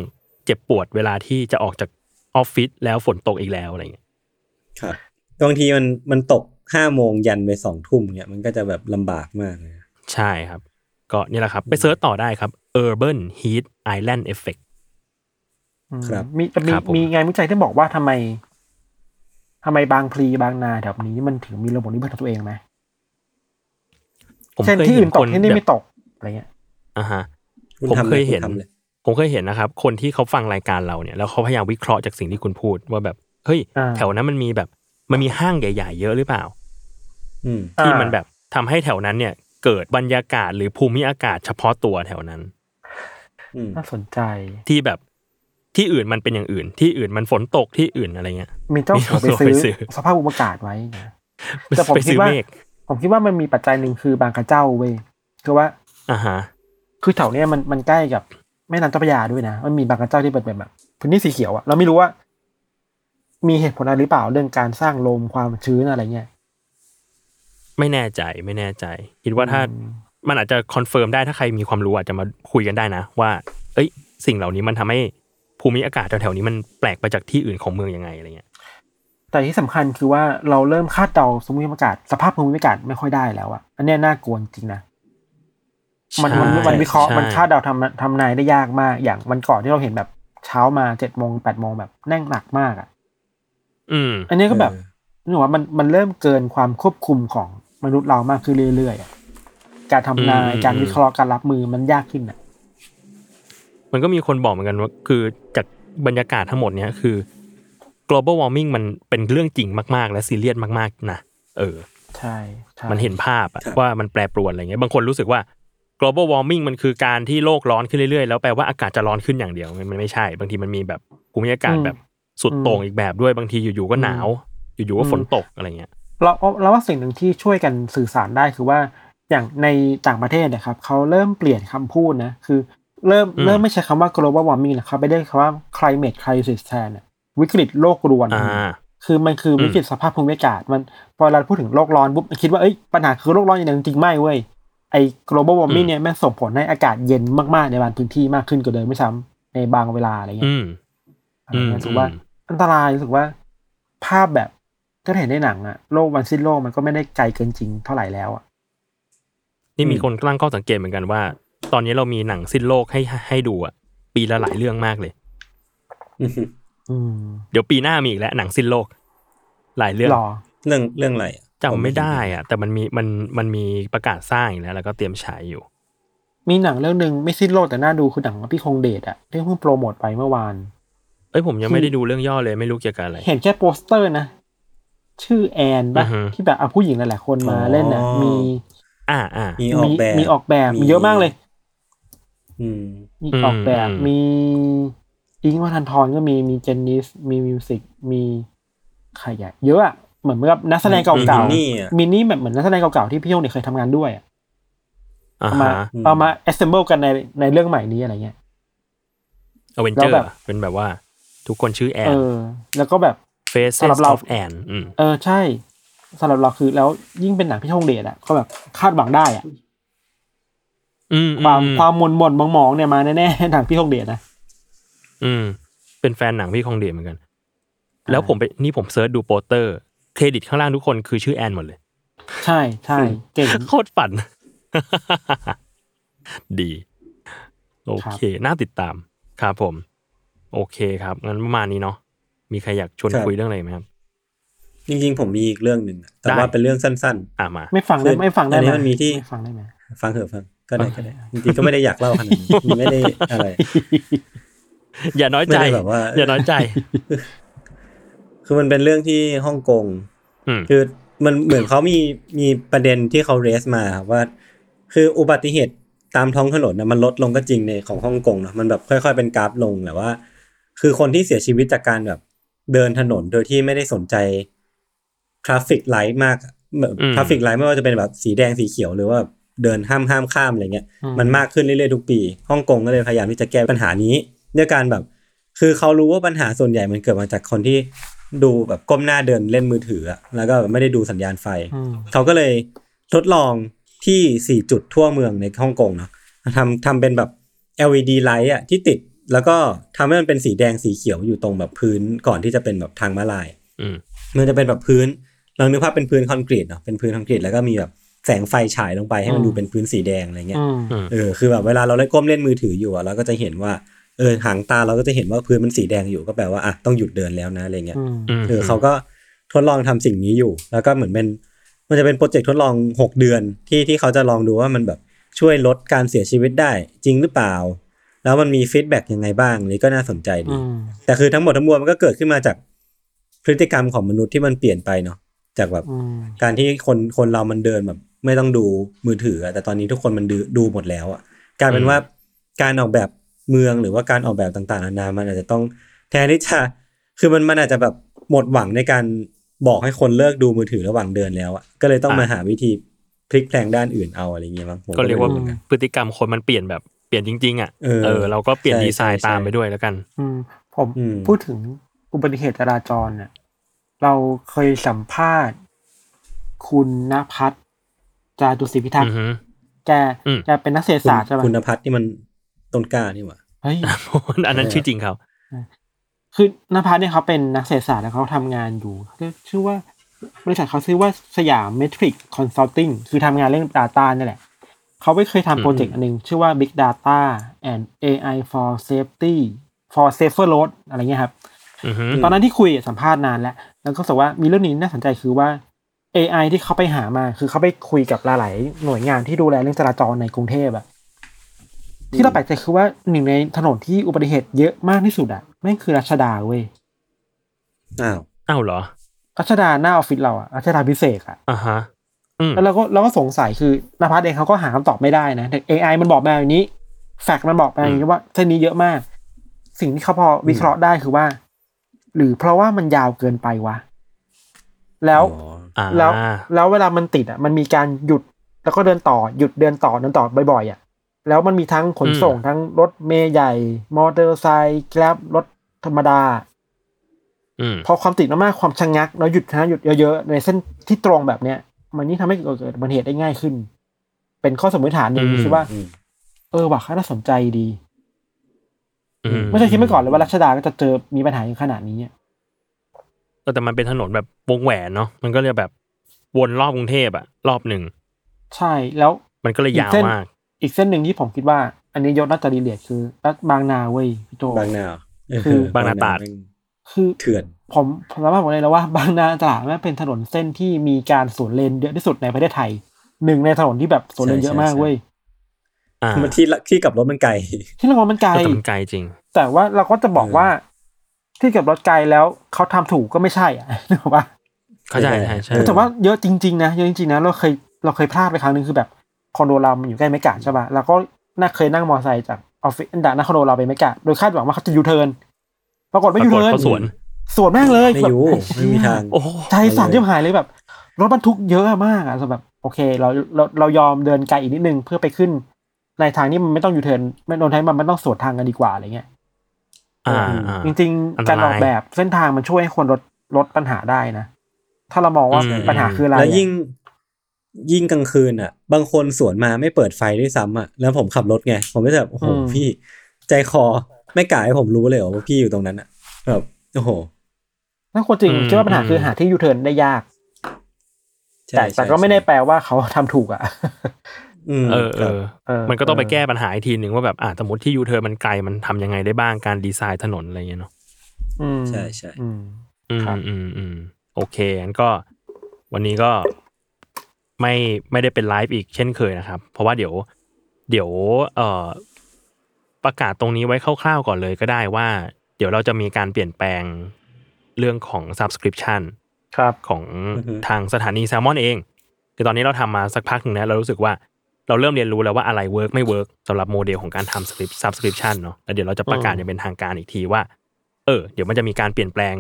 S1: เจ็บปวดเวลาที่จะออกจากออฟฟิศแล้วฝนตกอีกแล้วอะไรเงี้ย
S4: ครับบางทีมันมันตกห้าโมงยันไปสองทุ่มเนี่ยมันก็จะแบบลำบากมากเลยนะ
S1: ใช่ครับ ก็นี่แหละครับ ไปเสิร์ชต่อได้ครับ urban heat island effect
S3: อืมมีแต่มี
S1: ครับผม
S3: มีงานวิจัยที่บอกว่าทำไมทำไมบางพลีบางนาแถวนี้มันถึงมีระบบนิเวศของตัวเองไหม
S1: ผม
S3: เช่น
S1: เคย
S3: ที่
S1: เห็
S3: อื่
S1: น
S3: นต
S1: ค
S3: ก
S1: น
S3: ที่นี่
S1: แบ
S3: ไม่
S1: บ
S3: ตกอะไรเงี้ย
S1: อ่าฮะ
S4: คุณ
S1: ผม
S4: ทำล
S1: เคยเห็น
S4: คุณทำลย
S1: ผมเคยเห็นนะครับ คนที่เขาฟังรายการเราเนี่ย แล้วเขาพยายามวิเคราะห์จากสิ่งที่คุณพูด ว่าแบบ เฮ้ย
S3: อ่า
S1: แถวนั้นมันมีแบบ มันมีห้างใหญ่ๆเยอะหรือเปล่า
S4: อืม
S1: ที่
S3: อ่ามั
S1: มันแบบทำให้แถวนั้นเนี่ย เกิดบรรยากาศหรือภูมิอากาศเฉพาะตัวแถวนั้น
S4: อืม
S3: น่าสนใจ
S1: ที่แบบ ที่อื่นมันเป็นอย่างอื่น ที่อื่นมันฝนตกที่อื่นอะไรเงี้ย
S3: มีเจ้าสัวไป
S1: มีเจ้าสัวไปซื้
S3: ซื้
S1: อ
S3: อสภาพอุปการณ์ไว้นะ แต่ผม
S1: ไป
S3: คิด
S1: ซื้อ
S3: ว่า
S1: เมฆ
S3: ผมคิดว่ามันมีปัจจัยหนึ่งคือบางกระเจ้าเว้ยคือว่า
S1: อ่าฮะ
S3: คือแถวเนี้ยมันมันใกล้กับแม่น้ำเจ้าพระยาด้วยนะ มันมีบางกระเจ้าที่เป็นแบบพื้นที่สีเขียวอะเราไม่รู้ว่า มีเหตุผลอะไรหรือเปล่าเรื่องการสร้างลมความชื้นอะไรเงี้ย
S1: ไม่แน่ใจไม่แน่ใจ คิดว่าถ้ามันอาจจะคอนเฟิร์มได้ถ้าใครมีความรู้อาจจะมาคุยกันได้นะว่า เอ้ย สิ่งเหล่านี้มันทำให้ภูมิอากาศแถวๆนี้มันแปลกไปจากที่อื่นของเมืองยังไงอะไรเงี้ย
S3: แต่ที่สำคัญคือว่าเราเริ่มคาดเดาสมมติอากาศสภาพภูมิอากาศไม่ค่อยได้แล้วอะอันเนี้ยน่ากลัวจริงๆนะ มันมัน
S1: ใช่
S3: มันวิเคราะห์
S1: ใช่
S3: มันคาดเดาทำทำนายได้ยากมาก อย่างวันก่อนที่เราเห็นแบบเช้ามาเจ็ดโมงแปดโมงแบบแน่งหนักมากอะ
S1: อืม
S3: อันเนี้ยก็แบบนึกว่ามันมันเริ่มเกินความควบคุมของมนุษย์เรามากขึ้นเรื่อยๆอะการทำนาย
S1: อืม
S3: การวิเคราะห์การรับมือมันยากขึ้นอะ
S1: มันก็มีคนบอกเหมือนกันว่าคือจากบรรยากาศทั้งหมดเนี้ยคือ global warming มันเป็นเรื่องจริงมากๆ และซีเรียสมากๆนะเออ
S3: ใช่ใช่
S1: มันเห็นภาพอะ
S4: ครับ
S1: ว่ามันแปรปรวนอะไรเงี้ยบางคนรู้สึกว่า global warming มันคือการที่โลกร้อนขึ้นเรื่อยๆ แล้วแปลว่าอากาศจะร้อนขึ้นอย่างเดียวมันมันไม่ใช่ บางทีมันมีแบบภูมิอากาศแบบสุดโต่งอีกแบบด้วยบางทีอยู่ๆก็หนาว อยู่ๆก็ฝนตกอะไรเงี้ย
S3: เราเราว่าสิ่งหนึ่งที่ช่วยกันสื่อสารได้คือว่าอย่างในต่างประเทศเนะครับเขาเริ่มเปลี่ยนคำพูดนะคือ เริ่ม
S1: อืม
S3: เริ่มไม่ใช้คำว่า global warming นะครับไปได้คำว่า climate crisis แทนอะวิกฤตโลกรวน
S1: อ่า
S3: คือมันคือวิกฤตสภาพภูมิอากาศ มันพอเราพูดถึงโลกร้อนปุ๊บคิดว่าเอ้ยปัญหาคือโลกร้อนอย่างเดียวจริงๆไม่เว้ยไอ้ global
S1: อื
S3: warming
S1: ม
S3: เนี่ยแม่งส่งผลให้อากาศเย็นมากๆในบางพื้นที่มากขึ้นกว่าเดิมไม่ซ้ำในบางเวลาอะไรเงี้ย
S1: อืม
S3: อะไรเงี้ย
S1: อืม
S3: รู้สึกว่า
S1: อืม
S3: อันตรายรู้สึกว่า ภาพแบบก็เห็นในหนังอะโลกวันสิ้นโลกมันก็ไม่ได้ไกลเกินจริงเท่าไหร่แล้วอะ
S1: นี่มีคนตั้งข้อสังเกตเหมือนกันว่า ตอนนี้เรามีหนังสิ้นโลกให้ให้ดูอะปีละหลายเรื่องมากเลย
S4: อืม
S3: อืม
S1: เดี๋ยวปีหน้ามีอีกแล้วหนังสิ้นโลก หลายเรื่อง
S3: หรอ
S4: เรื่องเรื่องอะไรอะ
S1: จำไม่ได้อะแต่มันมีมันมันมีประกาศสร้างอีกแล้วแล้วก็เตรียมฉายอยู่
S3: มีหนังเรื่องหนึ่งไม่สิ้นโลกแต่น่าดูคือหนังของพี่คงเดชอะที่เพิ่งโปรโมทไปเมื่อวาน
S1: เอ้ยผมยังไม่ได้ดูเรื่องย่อเลยไม่รู้เกี่ยวกับอะไร
S3: เห็นแค่โปสเตอร์นะ ชื่อแอน
S1: อื
S3: ปะ
S1: อฮึ
S3: ที่แบบเอาผู้หญิงหลายๆคนมาเล่นนะมี
S1: อ่าอ่า
S4: มีออกแบบ
S3: มีออกแบบมีเยอะมากเลย
S4: อืม
S3: มี
S1: อืม
S3: ออกแบบ
S1: อืม
S3: มีอิงค์วัฒนทรก็มีมีเจนนิสมีมิวสิกมีใครอะเยอะอะเหมือนกับนักแสดงเก่า
S4: มีมินนี่อะ
S3: ๆมินนี่แบบเหมือนนักแสดงเก่าๆที่พี่โยงเนี่ยเคยทำงานด้วยอะ
S1: อ่า
S3: เอามา
S1: ฮะ
S3: เอามา assemble กันในในเรื่องใหม่นี้อะไรเงี้ย
S1: อเวน
S3: แล้
S1: เจอ
S3: ว
S1: ร์
S3: แบบ
S1: เป็นแบบว่า ทุกคนชื่อแอ
S3: เอน อ แล้วก็แบบ สำหรั
S1: Faces
S3: บเรา
S1: of Anne อืม
S3: เออใช่สำหรับเราคือแล้วยิ่งเป็นหนังพี่โยงเดชอะก็แบบคาดหวังได้อะ
S1: อืม
S3: ความ
S1: อืม
S3: ความมนมนๆมองๆเนี่ยมาแน่ๆห นังพี่โยงเดชนะ
S1: อืม เป็นแฟนหนังพี่คองเดชเหมือนกัน แล้วผมไปนี่ผมเซิร์ชดูโปสเตอร์ เครดิตข้างล่างทุกคนคือชื่อแอนหมดเลย
S3: ใช่ใช่เก่ง
S1: โคตรฝัน ดี โอเค น่าติดตาม ครับผม โอเคครับ งั้นประมาณนี้เนาะมีใครอยากชวน
S4: ครับ
S1: คุยเรื่องอะไรไหมครับ
S4: จริงๆผมมีอีกเรื่องหนึ่งอะแต่
S1: ได้
S4: ว่าเป็นเรื่องสั้น
S1: อ่ามา
S3: ไม่ฟังได้ไหมไม่ฟังได้
S4: อัน
S3: ไห
S4: นี้
S3: ม
S4: มันมีที่
S3: ไฟังได้ไหม
S4: ๆ ฟังเถอะฟังก็ได้ก็ได้จริงๆก็ไม่ได้อยากเล่าขนาดนี้มัน ไม่ได้อะไร
S1: อย่าน้อยใจ
S4: ไม่ได้แบบว่า
S1: อย่าน้อยใจ
S4: คือมันเป็นเรื่องที่ฮ่องกง
S1: อืม
S4: คือมันเหมือนเขามีมีประเด็นที่เขาเรสมาครับว่า คืออุบัติเหตุตามท้องถนนนะมันลดลงก็จริงในของฮ่องกงเนาะมันแบบค่อย ๆ เป็นกราฟลงแต่ว่า คือคนที่เสียชีวิตจากการแบบเดินถนนโดยที่ไม่ได้สนใจทราฟิกไลท์มากแบบ
S1: อืม
S4: ทราฟิกไลท์ไม่ว่าจะเป็นแบบสีแดงสีเขียวหรือว่าแบบเดินห้ามห้ามข้ามอะไรเงี้ย มันมากขึ้นเรื่อยๆทุกปีฮ่องกงก็เลยพยายามที่จะแก้ปัญหานี้ด้วยการแบบ คือเขารู้ว่าปัญหาส่วนใหญ่มันเกิดมาจากคนที่ดูแบบก้มหน้าเดินเล่นมือถืออะแล้วก็แบบไม่ได้ดูสัญญาณไฟ
S3: อืม
S4: เขาก็เลยทดลองที่ 4 จุดทั่วเมืองในฮ่องกงเนาะทำทำเป็นแบบ LED ไลท์อะที่ติด แล้วก็ทำให้มันเป็นสีแดงสีเขียวอยู่ตรงแบบพื้นก่อนที่จะเป็นแบบทางม้าลาย
S1: อืม
S4: มันจะเป็นแบบพื้นลองนึกภาพเป็นพื้นคอนกรีตเนาะเป็นพื้นคอนกรีตแล้วก็มีแบบแสงไฟฉายลงไปให้มันดูเป็นพื้นสีแดงอะไรเงี้ย
S3: อืม
S4: เออคือแบบเวลาเราเล่นก้มเล่นมือถืออยู่อะเราก็จะเห็นว่าเออหางตาเราก็จะเห็นว่าพื้นมันสีแดงอยู่ก็แปลว่าอ่ะต้องหยุดเดินแล้วนะอะไรเงี้ย
S3: อืม
S1: อืม
S4: เออเขาก็ทดลองทำสิ่งนี้อยู่ แล้วก็เหมือนเป็นมันจะเป็นโปรเจกต์ทดลอง 6 เดือนที่ที่เขาจะลองดูว่ามันแบบช่วยลดการเสียชีวิตได้จริงหรือเปล่า แล้วมันมีฟีดแบ็กยังไงบ้างอันนี่ก็น่าสนใจดี
S3: อืม
S4: แต่คือทั้งหมดทั้งมวลมันก็เกิดขึ้นมาจากพฤติกรรมของมนุษย์ที่มันเปลี่ยนไปเนาะจากแบบ
S3: อืม
S4: การที่คนคนเรามันเดินแบบ ไม่ต้องดูมือถืออะแต่ตอนนี้ทุกคนมันดูดูหมดแล้วอะกลายเป็นว่าการออกแบบ เมืองหรือว่าการออกแบบต่างๆนานามันอาจจะต้องแทนที่จะคือมันมันอาจจะแบบหมดหวังในการบอกให้คนเลิกดูมือถือระหว่างเดินแล้วอะก็เลยต้องมาหาวิธีพลิกแพลงด้านอื่นเอาอะไรเงี้ยมั้งผม
S1: ก็เรียกว่า
S4: ไม่หมือนน
S1: พฤติกรรมคนมันเปลี่ยนแบบเปลี่ยนจริงๆอ่ะ
S4: เออ
S1: เออ เราก็เปลี่ยนดีไซน์
S4: ใช่ใช่
S1: ตามไปด้วยแล้วกัน
S3: อืมผม
S4: อืม
S3: พูดถึงอุบัติเหตุจราจรเนี่ยเราเคยสัมภาษณ์ คุณณพัฒน์จาตุศรีพิทัก
S1: อื
S3: ษ์
S1: อฮึ
S3: แก
S1: อืม
S3: แกเป็นนักเศรษฐ
S4: คุณ
S3: ศาสตร์ใช่ปะ
S4: คุณพัฒน์นี่มันต้นกล้านี่หว่า
S3: เฮ้ย
S1: อันนั้นชื่อจริงเขา
S3: คือนภัสเนี่ยเขาเป็นนักเศรษฐศาสตร์แล้วเขาทำงานอยู่ชื่อว่าบริษัทเขาชื่อว่าสยามเมทริกคอนซัลทิงคือทำงานเรื่อง Data นี่แหละ เขาไปเคยทำโปรเจกต์อันหนึง ชื่อว่า Big Data and AI for Safety for Safer Road อะไรเงี้ยครับ
S1: อือฮึ
S3: ตอนนั้นที่คุยอะสัมภาษณ์นานแล้ว แล้วก็รู้สึกว่ามีเรื่องนี้น่าสนใจคือว่า AI ที่เขาไปหามา คือเขาไปคุยกับหลายๆหน่วยงานที่ดูแลเรื่องจราจรในกรุงเทพอะที่เราแปลกใจคือว่าหนึ่งในถนนที่อุบัติเหตุเยอะมากที่สุดอะแม่งคือรัชดาเว้ย
S4: อ้าว
S1: อ้าวเหรอ
S3: รัชดาหน้าออฟฟิศเราอะรัชดาพิเศษกอะ
S1: อ่าฮะ อืม
S3: แล้วเราก็เราก็สงสัยคือนภัสเองเขาก็หาคำตอบไม่ได้นะแต่ AI มันบอกมาอย่างนี้ แฟกต์มันบอกมาอย่างนี้ว่าเส้นนี้เยอะมาก สิ่งที่เขาพอวิเคราะห์ได้คือว่า หรือเพราะว่ามันยาวเกินไปวะ แล้ว
S4: อ๋อ
S1: อ่า
S3: แล้วแล้วเวลามันติดอ่ะมันมีการหยุดแล้วก็เดินต่อหยุดเดินต่อเดินต่อบ่อยๆอ่ะแล้วมันมีทั้งขนส่งทั้งรถเมย์ใหญ่ มอเตอร์ไซค์แกร็บรถธรรมดา
S1: อืม
S3: พอความติดมากๆความชะงงักแล้วหยุดนะหยุดเยอะๆในเส้นที่ตรงแบบเนี้ย มันนี่งทำให้เกิดอุบัติเหตุได้ง่ายขึ้น เป็นข้อสมมติฐานหนึ่งคือว่า
S4: อืม
S3: เออว่ะน่าสนใจดี
S1: อื
S3: ไม่เคยคิดมาก่อนเลยว่ารัชดาก็จะเจอมีปัญหาอย่างขนาดนี้อะ
S1: เออแต่มันเป็นถนนแบบวงแหวนเนาะมันก็เลยแบบวนรอบกรุงเทพอะรอบหนึ่ง
S3: ใช่แล้ว
S1: มันก็เลย
S3: อี
S1: ยาว
S3: เส้น
S1: มาก
S3: อีกเส้นหนึ่งที่ผมคิดว่า อันนี้ยศน่าจะดีเลียดคือรัชบางนาเว้ยพี่โจ
S4: บางนาเ
S3: คือ
S1: บางนาตราด
S4: แม่ง
S3: คือ
S4: เถื่อน
S3: ผมผมสามารถบอกเลยนะว่า บางนาตราดแม่งเป็นถนนเส้นที่มีการสวนเลนเยอะที่สุดในประเทศไทยหนึ่งในถนนที่แบบสวนเลนเยอะมากเว้ย
S1: อ่า
S4: มันที่ละที่กลับรถมันไกล
S3: ที่เรามองมันไกล
S1: ก็จำไกลจริง
S3: แต่ว่าเราก็จะบอก
S4: เออ
S3: ว่า ที่เก็บรถไกลแล้วเขาทำถูกก็ไม่ใช่อ่ะ นึกออกปะ
S1: เข้าใจใช่ใช่
S4: เออ
S3: แต่ว่าเยอะจริงๆนะเยอะจริงๆนะเราเคยเราเคยพลาดไปครั้งหนึ่งคือแบบคอนโดเรามันอยู่ใกล้เมกาใช่ปะเราก็น่าเคยนั่งมอเตอร์ไซค์จากออฟฟิศอันดาหน้าคอนโดเราไปเมกาโดยคาดหวังว่าเขาจะยูเทิร์นปรากฏไม่
S1: ปรา
S3: ยู
S1: กฏ
S3: เทิร์น
S1: เขาสวน
S3: สวนแม่งเลย
S4: ไม่อยู่
S3: แบบ
S4: ไม่มีทาง
S1: โอ้โห
S3: ใจสั่นที่หายเลยแบบ รถบรรทุกเยอะมากอ่ะแบบโอเค เราเราเรายอมเดินไกลอีกนิดนึงเพื่อไปขึ้น ในทางที่มันไม่ต้องยูเทิร์นไม่โดนท้ายมันมันต้องสวนทางกันดีกว่าอะไรเงี้ย
S1: อ่าอ่า
S3: จริง
S1: อัน
S3: ๆ
S1: ตราย
S3: การออกแบบเส้นทางมันช่วยให้คนลดลดปัญหาได้นะ ถ้าเรามองว่า
S1: อืม
S3: ปัญหาคืออะไร
S4: แล้วยิ่ง
S3: อะ
S4: ยิ่งกลางคืนอ่ะ บางคนสวนมาไม่เปิดไฟด้วยซ้ำอ่ะ แล้วผมขับรถไง ผมก็จะแบบโอ้โหพี่ใจคอไม่กล้าให้ผมรู้เลยเหรอว่าพี่อยู่ตรงนั้นอ่ะแบบโอ้โห
S3: ถ้าคนจริง
S1: อืม
S3: คิดว่าปัญหาคือหาที่ยูเทิร์นได้ยาก
S4: ใช่
S3: แต่แต่
S4: ใช่
S3: ก็ไม่ได้แปลว่าเขาทำถูกอ่ะ
S4: อืม
S1: เออเอ
S4: ครับ
S1: อ
S3: เออ
S1: มันก็ต้องไป
S3: เออ
S1: แก้ปัญหาอีกทีหนึ่งว่าแบบอ่าสมมติที่ยูเทิร์มันไกลมันทำยังไงได้บ้างการดีไซน์ถนนอะไรเงี้ยเนาะ
S3: อืม
S4: ใช่ใช่
S3: อืม
S1: อืม
S3: ครับ
S1: อืมอืมโอเคงั้นก็วันนี้ก็ไม่ไม่ได้เป็นไลฟ์อีกเช่นเคยนะครับ เพราะว่าเดี๋ยว เดี๋ยวเอ่อประกาศตรงนี้ไว้คร่าวๆก่อนเลยก็ได้ว่า เดี๋ยวเราจะมีการเปลี่ยนแปลงเรื่องของ subscription
S3: ครับ
S1: ของ
S4: อือฮึ
S1: ทางสถานีแซลมอนเอง คือตอนนี้เราทำมาสักพักหนึ่งแล้วเรารู้สึกว่าเราเริ่มเรียนรู้แล้วว่าอะไรเวิร์กไม่เวิร์กสำหรับโมเดลของการทำสคริปต์ซับสคริปชันเนาะแล้วเดี๋ยวเราจะประกาศ
S3: อืม
S1: อย่างเป็นทางการอีกทีว่า เออ เดี๋ยวมันจะมีการเปลี่ยนแปลง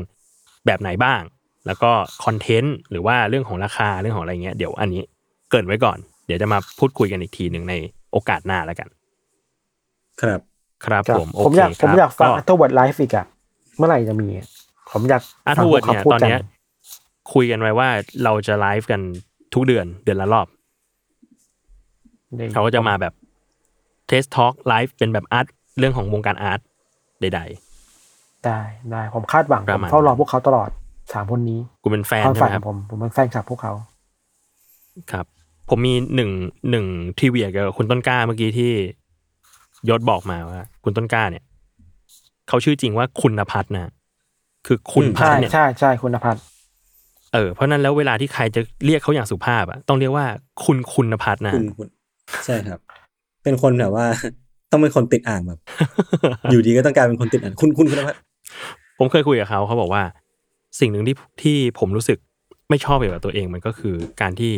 S1: แบบไหนบ้าง แล้วก็คอนเทนต์หรือว่าเรื่องของราคาเรื่องของอะไรเงี้ยเดี๋ยวอันนี้เกรินไว้ก่อน เดี๋ยวจะมาพูดคุยกันอีกทีหนึ่งในโอกาสหน้าแล้วกัน
S4: ครับ
S1: ครับ
S3: ครับ
S1: ผมโอ
S3: ผม
S1: เค
S3: อยากผ
S1: ครับ
S3: มอยากฟัง
S1: ก็
S3: อัตเวิร์ดไลฟ์อีกอ่ะ เมื่อไหร่จะมีอะผมอยาก
S1: อาร์ท
S3: ฟัง
S1: เวิร์ด
S3: พวก
S1: เนี่ย
S3: ขาพู
S1: ตอน
S3: กั
S1: เนี้ยคุยกันไว้ว่าเราจะไลฟ์กันทุกเดือนเดือนละรอบ
S3: เดี๋ยว
S1: เขาก็จะมาแบบเทสทอล์กไลฟ์เป็นแบบอาร์ตเรื่องของวงการอาร์ตใด
S3: ได้ได้ผมคาดหวัง
S1: ป
S3: ผ
S1: ระ
S3: ม
S1: มาณ
S3: เฝ้ารอพวกเขาตลอดสามคนนี้
S1: ๆ กูเป็นแฟน
S3: ความ
S1: ใช่
S3: ฝั
S1: ไห
S3: นขอ
S1: มครับ
S3: งผมผมเป็นแฟนคลับพวกเขา
S1: ครับ ผมมีหนึ่งหนึ่งทีเวียกับคุณต้นกล้าเมื่อกี้ที่ยศบอกมาว่า คุณต้นกล้าเนี่ย เขาชื่อจริงว่าคุณพัฒน์นะ คือคุณพัฒ
S3: ใช่
S1: น์เนี่ย
S3: ใช่ใช่คุณภัทร
S1: เออเพราะฉะนั้นแล้วเวลาที่ใครจะเรียกเขาอย่างสุภาพอะต้องเรียกว่าคุณคุณพัฒน์นะ
S4: คุณคุณใช่ครับ เป็นคนแบบว่า ต้องเป็นคนติดอ่าง แบบ อยู่ดีก็ต้องกลายเป็นคนติดอ่างคุณคุณคุณพัฒน์
S1: ผมเคยคุยกับเขาเขาบอกว่า สิ่งหนึ่งที่ที่ผมรู้สึกไม่ชอบเกี่ยวกับตัวเองมันก็คือการที่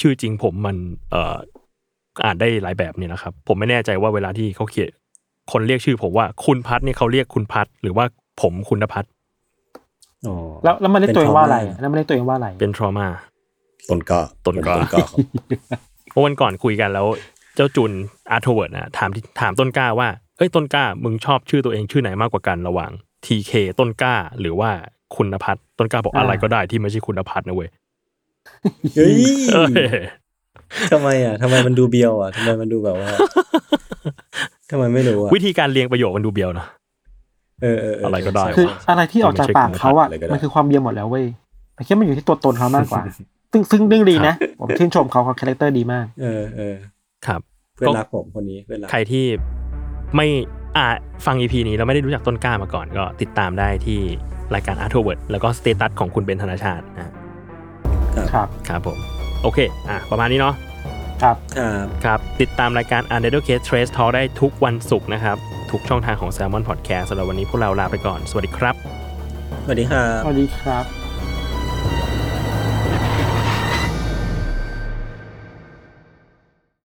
S1: ชื่อจริงผมมันเอ่ออ่านได้หลายแบบเนี่ยนะครับ ผมไม่แน่ใจว่าเวลาที่เขาเขียน คนเรียกชื่อผมว่าคุณพัทเนี่ยเขาเรียกคุณพัทหรือว่าผมคุณพัท
S4: อ๋อ
S3: แล้วแล้วมันเรียกตัวเองว่าอะไร
S4: ป็น trauma
S3: แล้วมันเรียกตัวเองว่าอะไร
S1: เป็นทรมา
S4: ตนก่อ
S1: ตนก่อ
S4: เป็อครับ
S1: เมื่อวันก่อนคุยกันแล้ว เจ้าจุนอาร์ทเวิร์ดนะถามที่ถามต้นกล้าว่าเอ้ยต้นกล้ามึงชอบชื่อตัวเองชื่อไหนมากกว่ากันระหว่างทีเคต้นกล้าหรือว่าคุณพัฒน์ต้นกล้าบอก
S3: อ่า
S1: อะไรก็ได้ที่ไม่ใช่คุณพัฒน์นะเว้ย
S4: เฮ้ย
S1: เอ้ย
S4: ทำไมอ่ะทำไมมันดูเบียวอ่ะทำไมมันดูแบบว่า ทำไมไม่รู้อ่ะ
S1: วิธีการเรียงประโยคมันดูเบียวนะ
S4: เออเออเ
S1: อะไรก็ได้
S3: คืออะไรที่
S1: เออ
S3: ออกจาก
S1: ไม่ใช่
S3: ปากเขาอ่ะ
S4: อะไรก็ได้
S3: มันคือความเบียร์หมดแล้วเว้ยแต่แค่มันอยู่ที่ตัวตนเขามากกว่า ซึ่งซึ่งเรื่องดีนะ ผมชื่นชมเขาเขาคาแรคเตอร์ดีมาก
S4: เออเออ
S1: ครับ
S4: เพื่อนรักผมคนนี้เพื่อนรัก
S1: ใครที่ไม่อ่าฟัง EP นี้แล้วไม่ได้รู้จักต้นกล้ามาก่อน ก็ติดตามได้ที่รายการ Art w o r d แล้วก็สเตตัสของคุณเบนธนาชาตินะครับ ครับผม โอเค อ่ะ ประมาณนี้เนาะ
S3: ครับ
S4: ครับ
S1: ครับ ติดตามรายการ u n d e r t a l Case Trace Talk ได้ทุกวันศุกร์นะครับ ทุกช่องทางของ Salmon Podcast สำหรับวันนี้พวกเราลาไปก่อน สวัสดีครับ
S4: สวัสดีครับ
S3: สวัสดีครับ